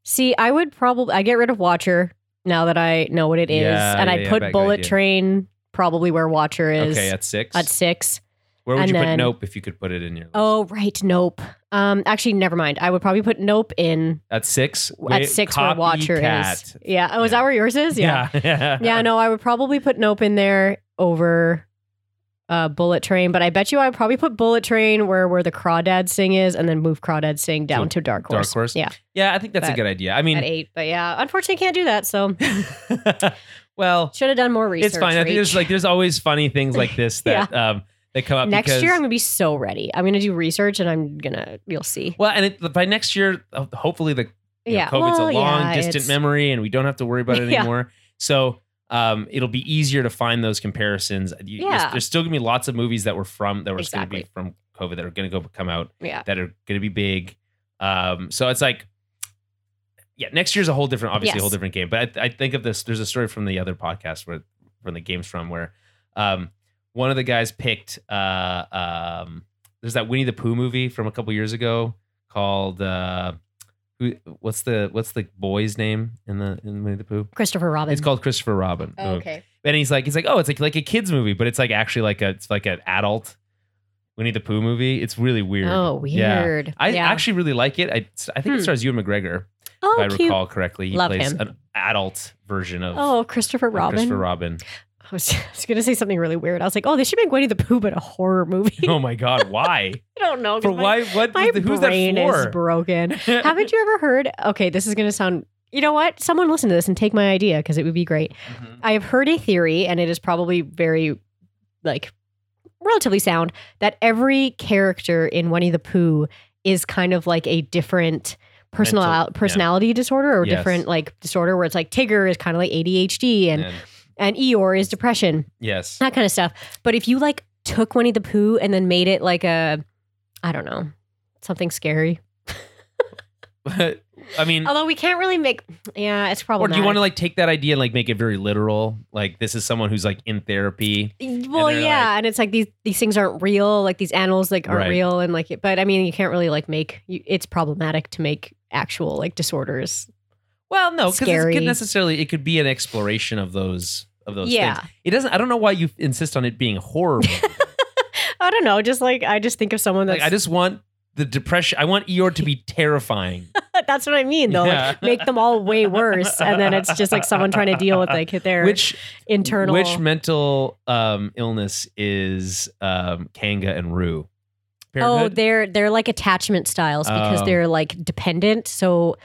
[SPEAKER 2] See, I would probably I get rid of Watcher now that I know what it is,
[SPEAKER 1] Yeah,
[SPEAKER 2] and
[SPEAKER 1] yeah,
[SPEAKER 2] I
[SPEAKER 1] yeah,
[SPEAKER 2] put
[SPEAKER 1] bad
[SPEAKER 2] Bullet
[SPEAKER 1] idea.
[SPEAKER 2] Train probably where Watcher is
[SPEAKER 1] okay, at six.
[SPEAKER 2] at six.
[SPEAKER 1] Where would
[SPEAKER 2] and
[SPEAKER 1] you put
[SPEAKER 2] then-
[SPEAKER 1] Nope if you could put it in your list?
[SPEAKER 2] Oh right, Nope. Um, actually, never mind. I would probably put Nope in
[SPEAKER 1] at six.
[SPEAKER 2] at six where Watcher is. Yeah. Oh, is
[SPEAKER 1] Yeah.
[SPEAKER 2] that where yours is?
[SPEAKER 1] Yeah. [LAUGHS] Yeah.
[SPEAKER 2] [LAUGHS] yeah, no, I would probably put Nope in there over uh, Bullet Train, but I bet you I would probably put Bullet Train where where the Crawdad Sing is, and then move Crawdad Sing down to Dark
[SPEAKER 1] Dark
[SPEAKER 2] Horse.
[SPEAKER 1] Horse?
[SPEAKER 2] yeah,
[SPEAKER 1] Yeah, I think that's a
[SPEAKER 2] But-
[SPEAKER 1] good idea. I
[SPEAKER 2] at
[SPEAKER 1] mean,
[SPEAKER 2] eight. But yeah, unfortunately, can't do that. So
[SPEAKER 1] [LAUGHS] well,
[SPEAKER 2] should have done more research.
[SPEAKER 1] it's fine. I think there's
[SPEAKER 2] Reach.
[SPEAKER 1] like there's always funny things like
[SPEAKER 2] [LAUGHS]
[SPEAKER 1] this that um that come up
[SPEAKER 2] next
[SPEAKER 1] because,
[SPEAKER 2] year, I'm gonna be so ready. I'm gonna do research, and I'm gonna you'll see.
[SPEAKER 1] well, and it, by next year, uh, hopefully the you know,
[SPEAKER 2] yeah,
[SPEAKER 1] COVID's
[SPEAKER 2] well,
[SPEAKER 1] a long
[SPEAKER 2] yeah,
[SPEAKER 1] distant
[SPEAKER 2] it's-
[SPEAKER 1] memory, and we don't have to worry about it
[SPEAKER 2] [LAUGHS] Yeah.
[SPEAKER 1] anymore. So um, it'll be easier to find those comparisons. You- there's-
[SPEAKER 2] Yeah.
[SPEAKER 1] there's, still gonna be lots of movies that were from that were going
[SPEAKER 2] Exactly.
[SPEAKER 1] to be from COVID that are going to go come out
[SPEAKER 2] Yeah.
[SPEAKER 1] that are going to be big. Um, so it's like. Yeah, next year's a whole different, obviously a
[SPEAKER 2] Yes.
[SPEAKER 1] whole different game. But I, I think of this. There's a story from the other podcast where, from the games from where, um, one of the guys picked. Uh, um, there's that Winnie the Pooh movie from a couple years ago called uh, who what's the what's the boy's name in the in Winnie the Pooh?
[SPEAKER 2] Christopher Robin.
[SPEAKER 1] It's called Christopher Robin.
[SPEAKER 2] Oh, okay.
[SPEAKER 1] And he's like he's like, "Oh, it's like like a kids movie, but it's like actually like a it's like an adult Winnie the Pooh movie. It's really weird."
[SPEAKER 2] Oh,
[SPEAKER 1] Yeah.
[SPEAKER 2] weird.
[SPEAKER 1] I
[SPEAKER 2] yeah.
[SPEAKER 1] actually really like it. I I think it
[SPEAKER 2] Hmm.
[SPEAKER 1] stars Ewan McGregor,
[SPEAKER 2] oh,
[SPEAKER 1] if I
[SPEAKER 2] cute.
[SPEAKER 1] recall correctly. He
[SPEAKER 2] Love
[SPEAKER 1] plays
[SPEAKER 2] him.
[SPEAKER 1] an adult version of
[SPEAKER 2] Oh, Christopher
[SPEAKER 1] of
[SPEAKER 2] Robin.
[SPEAKER 1] Christopher
[SPEAKER 2] [LAUGHS]
[SPEAKER 1] Robin.
[SPEAKER 2] I was, I was gonna say something really weird. I was like, oh, they should make Winnie the Pooh, but a horror
[SPEAKER 1] [LAUGHS]
[SPEAKER 2] movie.
[SPEAKER 1] Oh my god, why?
[SPEAKER 2] [LAUGHS] I don't know. 'cause
[SPEAKER 1] For
[SPEAKER 2] my-
[SPEAKER 1] why what
[SPEAKER 2] My
[SPEAKER 1] who's that
[SPEAKER 2] brain
[SPEAKER 1] [LAUGHS]
[SPEAKER 2] is
[SPEAKER 1] for?
[SPEAKER 2] broken. Haven't you ever heard? Okay, this is going to sound. You know what? Someone listen to this and take my idea because it would be great.
[SPEAKER 1] Mhm.
[SPEAKER 2] I have heard a theory, and it is probably very, like, relatively sound that every character in Winnie the Pooh is kind of like a different personal
[SPEAKER 1] Mental- yeah.
[SPEAKER 2] personality disorder or
[SPEAKER 1] Yes.
[SPEAKER 2] different like disorder where it's like Tigger is kind of like ADHD and
[SPEAKER 1] And-
[SPEAKER 2] and Eeyore is depression
[SPEAKER 1] yes.
[SPEAKER 2] that kind of stuff. But if you like took Winnie the Pooh and then made it like a, I don't know, something scary.
[SPEAKER 1] [LAUGHS] I mean,
[SPEAKER 2] Although we can't really make, yeah, it's
[SPEAKER 1] Mm. Or
[SPEAKER 2] problematic.
[SPEAKER 1] do you want to like take that idea and like make it very literal? Like this is someone who's like in therapy.
[SPEAKER 2] Well,
[SPEAKER 1] and they're
[SPEAKER 2] yeah, and it's like these these things aren't real. Like these animals like aren't
[SPEAKER 1] Right.
[SPEAKER 2] real, and like, but I mean, you can't really like make. You, it's problematic to make actual like disorders.
[SPEAKER 1] Well, no, because it could
[SPEAKER 2] Scary.
[SPEAKER 1] necessarily it could be an exploration of those of those
[SPEAKER 2] yeah,
[SPEAKER 1] things. It doesn't. I don't know why you insist on it being horror.
[SPEAKER 2] [LAUGHS]
[SPEAKER 1] movie.
[SPEAKER 2] I don't know. Just like I just think of someone that's
[SPEAKER 1] like I just want the depression. I want Eeyore to be terrifying.
[SPEAKER 2] that's [LAUGHS] what I mean though. Like,
[SPEAKER 1] Yeah.
[SPEAKER 2] make them all way worse, and then it's just like someone trying to deal with like their
[SPEAKER 1] which
[SPEAKER 2] internal.
[SPEAKER 1] which mental um, illness is um, Kanga and Rue?
[SPEAKER 2] Oh,
[SPEAKER 1] Parenthood?
[SPEAKER 2] they're they're like attachment styles because
[SPEAKER 1] Oh.
[SPEAKER 2] they're like dependent. So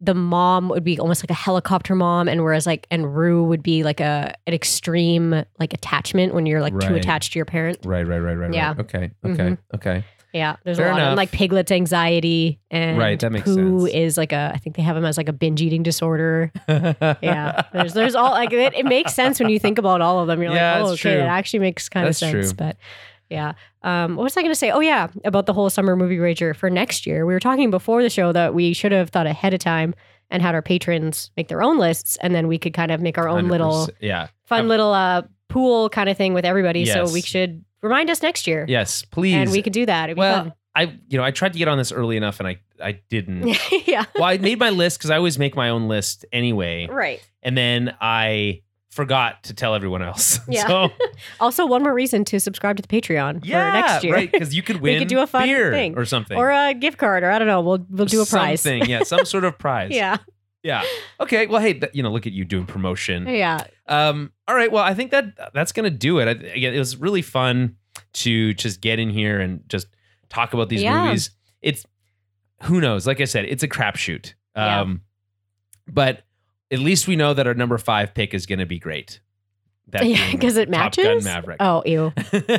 [SPEAKER 2] the mom would be almost like a helicopter mom, and whereas like and Rue would be like a an extreme like attachment when you're like too
[SPEAKER 1] Right.
[SPEAKER 2] attached to your parent.
[SPEAKER 1] right, right, right, right.
[SPEAKER 2] Yeah.
[SPEAKER 1] Right. Okay. Okay.
[SPEAKER 2] Mhm.
[SPEAKER 1] Okay.
[SPEAKER 2] Yeah, there's
[SPEAKER 1] Fair
[SPEAKER 2] a lot
[SPEAKER 1] enough.
[SPEAKER 2] of like piglet's anxiety and
[SPEAKER 1] Right, that makes
[SPEAKER 2] Pooh
[SPEAKER 1] sense.
[SPEAKER 2] is like a I think they have him as like a binge eating disorder. [LAUGHS] Yeah, there's there's all like it, it makes sense when you think about all of them. You're
[SPEAKER 1] Yeah,
[SPEAKER 2] like, oh,
[SPEAKER 1] it's
[SPEAKER 2] okay,
[SPEAKER 1] true.
[SPEAKER 2] that actually makes kind
[SPEAKER 1] That's
[SPEAKER 2] of sense.
[SPEAKER 1] true.
[SPEAKER 2] But yeah, um, what was I going to say? Oh yeah, about the whole summer movie rager for next year. We were talking before the show that we should have thought ahead of time and had our patrons make their own lists, and then we could kind of make our own little
[SPEAKER 1] 100%. Yeah.
[SPEAKER 2] fun
[SPEAKER 1] Um,
[SPEAKER 2] little uh, pool kind of thing with everybody.
[SPEAKER 1] Yes.
[SPEAKER 2] So we should remind us next year.
[SPEAKER 1] Yes. Please.
[SPEAKER 2] And we could do that. It'd be
[SPEAKER 1] well,
[SPEAKER 2] fun. [LAUGHS]
[SPEAKER 1] I you know I tried to get on this early enough and I I didn't.
[SPEAKER 2] yeah.
[SPEAKER 1] well, I made my list because I always make my own list anyway,
[SPEAKER 2] Right.
[SPEAKER 1] and then I forgot to tell everyone else. [LAUGHS]
[SPEAKER 2] Yeah. [LAUGHS]
[SPEAKER 1] So
[SPEAKER 2] Also, one more reason to subscribe to the Patreon
[SPEAKER 1] yeah,
[SPEAKER 2] for next year,
[SPEAKER 1] right? Because you could
[SPEAKER 2] [LAUGHS] We
[SPEAKER 1] win
[SPEAKER 2] could do a fun
[SPEAKER 1] beer
[SPEAKER 2] thing.
[SPEAKER 1] or something,
[SPEAKER 2] or a gift card, or I don't know. We'll we'll do a prize.
[SPEAKER 1] Something, yeah, some sort
[SPEAKER 2] [LAUGHS]
[SPEAKER 1] of prize.
[SPEAKER 2] Yeah.
[SPEAKER 1] yeah. Okay. Well, hey, th- you know, look at you doing promotion.
[SPEAKER 2] Yeah.
[SPEAKER 1] Um, all right. Well, I think that that's gonna do it. I, again, it was really fun to just get in here and just talk about these
[SPEAKER 2] Yeah.
[SPEAKER 1] movies. It's who knows. Like I said, it's a crapshoot.
[SPEAKER 2] Yeah.
[SPEAKER 1] Um, but at least we know that our number five pick is gonna be great. That
[SPEAKER 2] Yeah,
[SPEAKER 1] being
[SPEAKER 2] [LAUGHS] 'cause it
[SPEAKER 1] Top Gun
[SPEAKER 2] matches?
[SPEAKER 1] Maverick.
[SPEAKER 2] Oh,
[SPEAKER 1] [LAUGHS]
[SPEAKER 2] ew.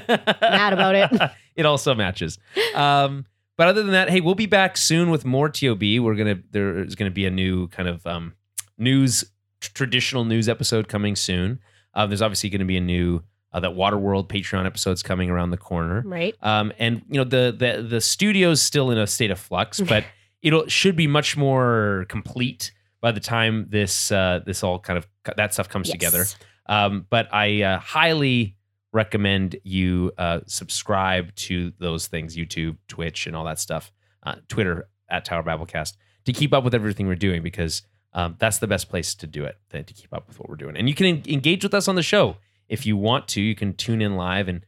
[SPEAKER 1] Mad
[SPEAKER 2] about it.
[SPEAKER 1] [LAUGHS] it also matches. Um, but other than that, hey, we'll be back soon with more TOB. We're gonna there is gonna be a new kind of um, news tr- traditional news episode coming soon. Uh, there's obviously gonna be a new uh, that Waterworld Patreon episode's coming around the corner.
[SPEAKER 2] Right.
[SPEAKER 1] Um, and you know the the the studio's still in a state of
[SPEAKER 2] [LAUGHS]
[SPEAKER 1] flux, but it'll should be much more complete by the time this uh, this all kind of that stuff comes
[SPEAKER 2] Yes.
[SPEAKER 1] together. Um, but I uh, highly recommend you uh, subscribe to those things YouTube, Twitch, and all that stuff. Uh, Twitter at Tower Babblecast. to keep up with everything we're doing because um, that's the best place to do it to, to keep up with what we're doing. And you can en- engage with us on the show if you want to. You can tune in live and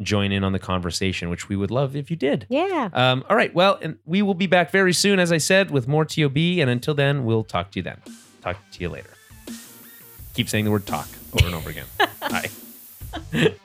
[SPEAKER 1] join in on the conversation, which we would love if you did.
[SPEAKER 2] Yeah.
[SPEAKER 1] Um, all right. Well, and we will be back very soon, as I said, with more TOB. And until then, we'll talk to you then. Talk to you later. Keep saying the word talk over and over again. Bye.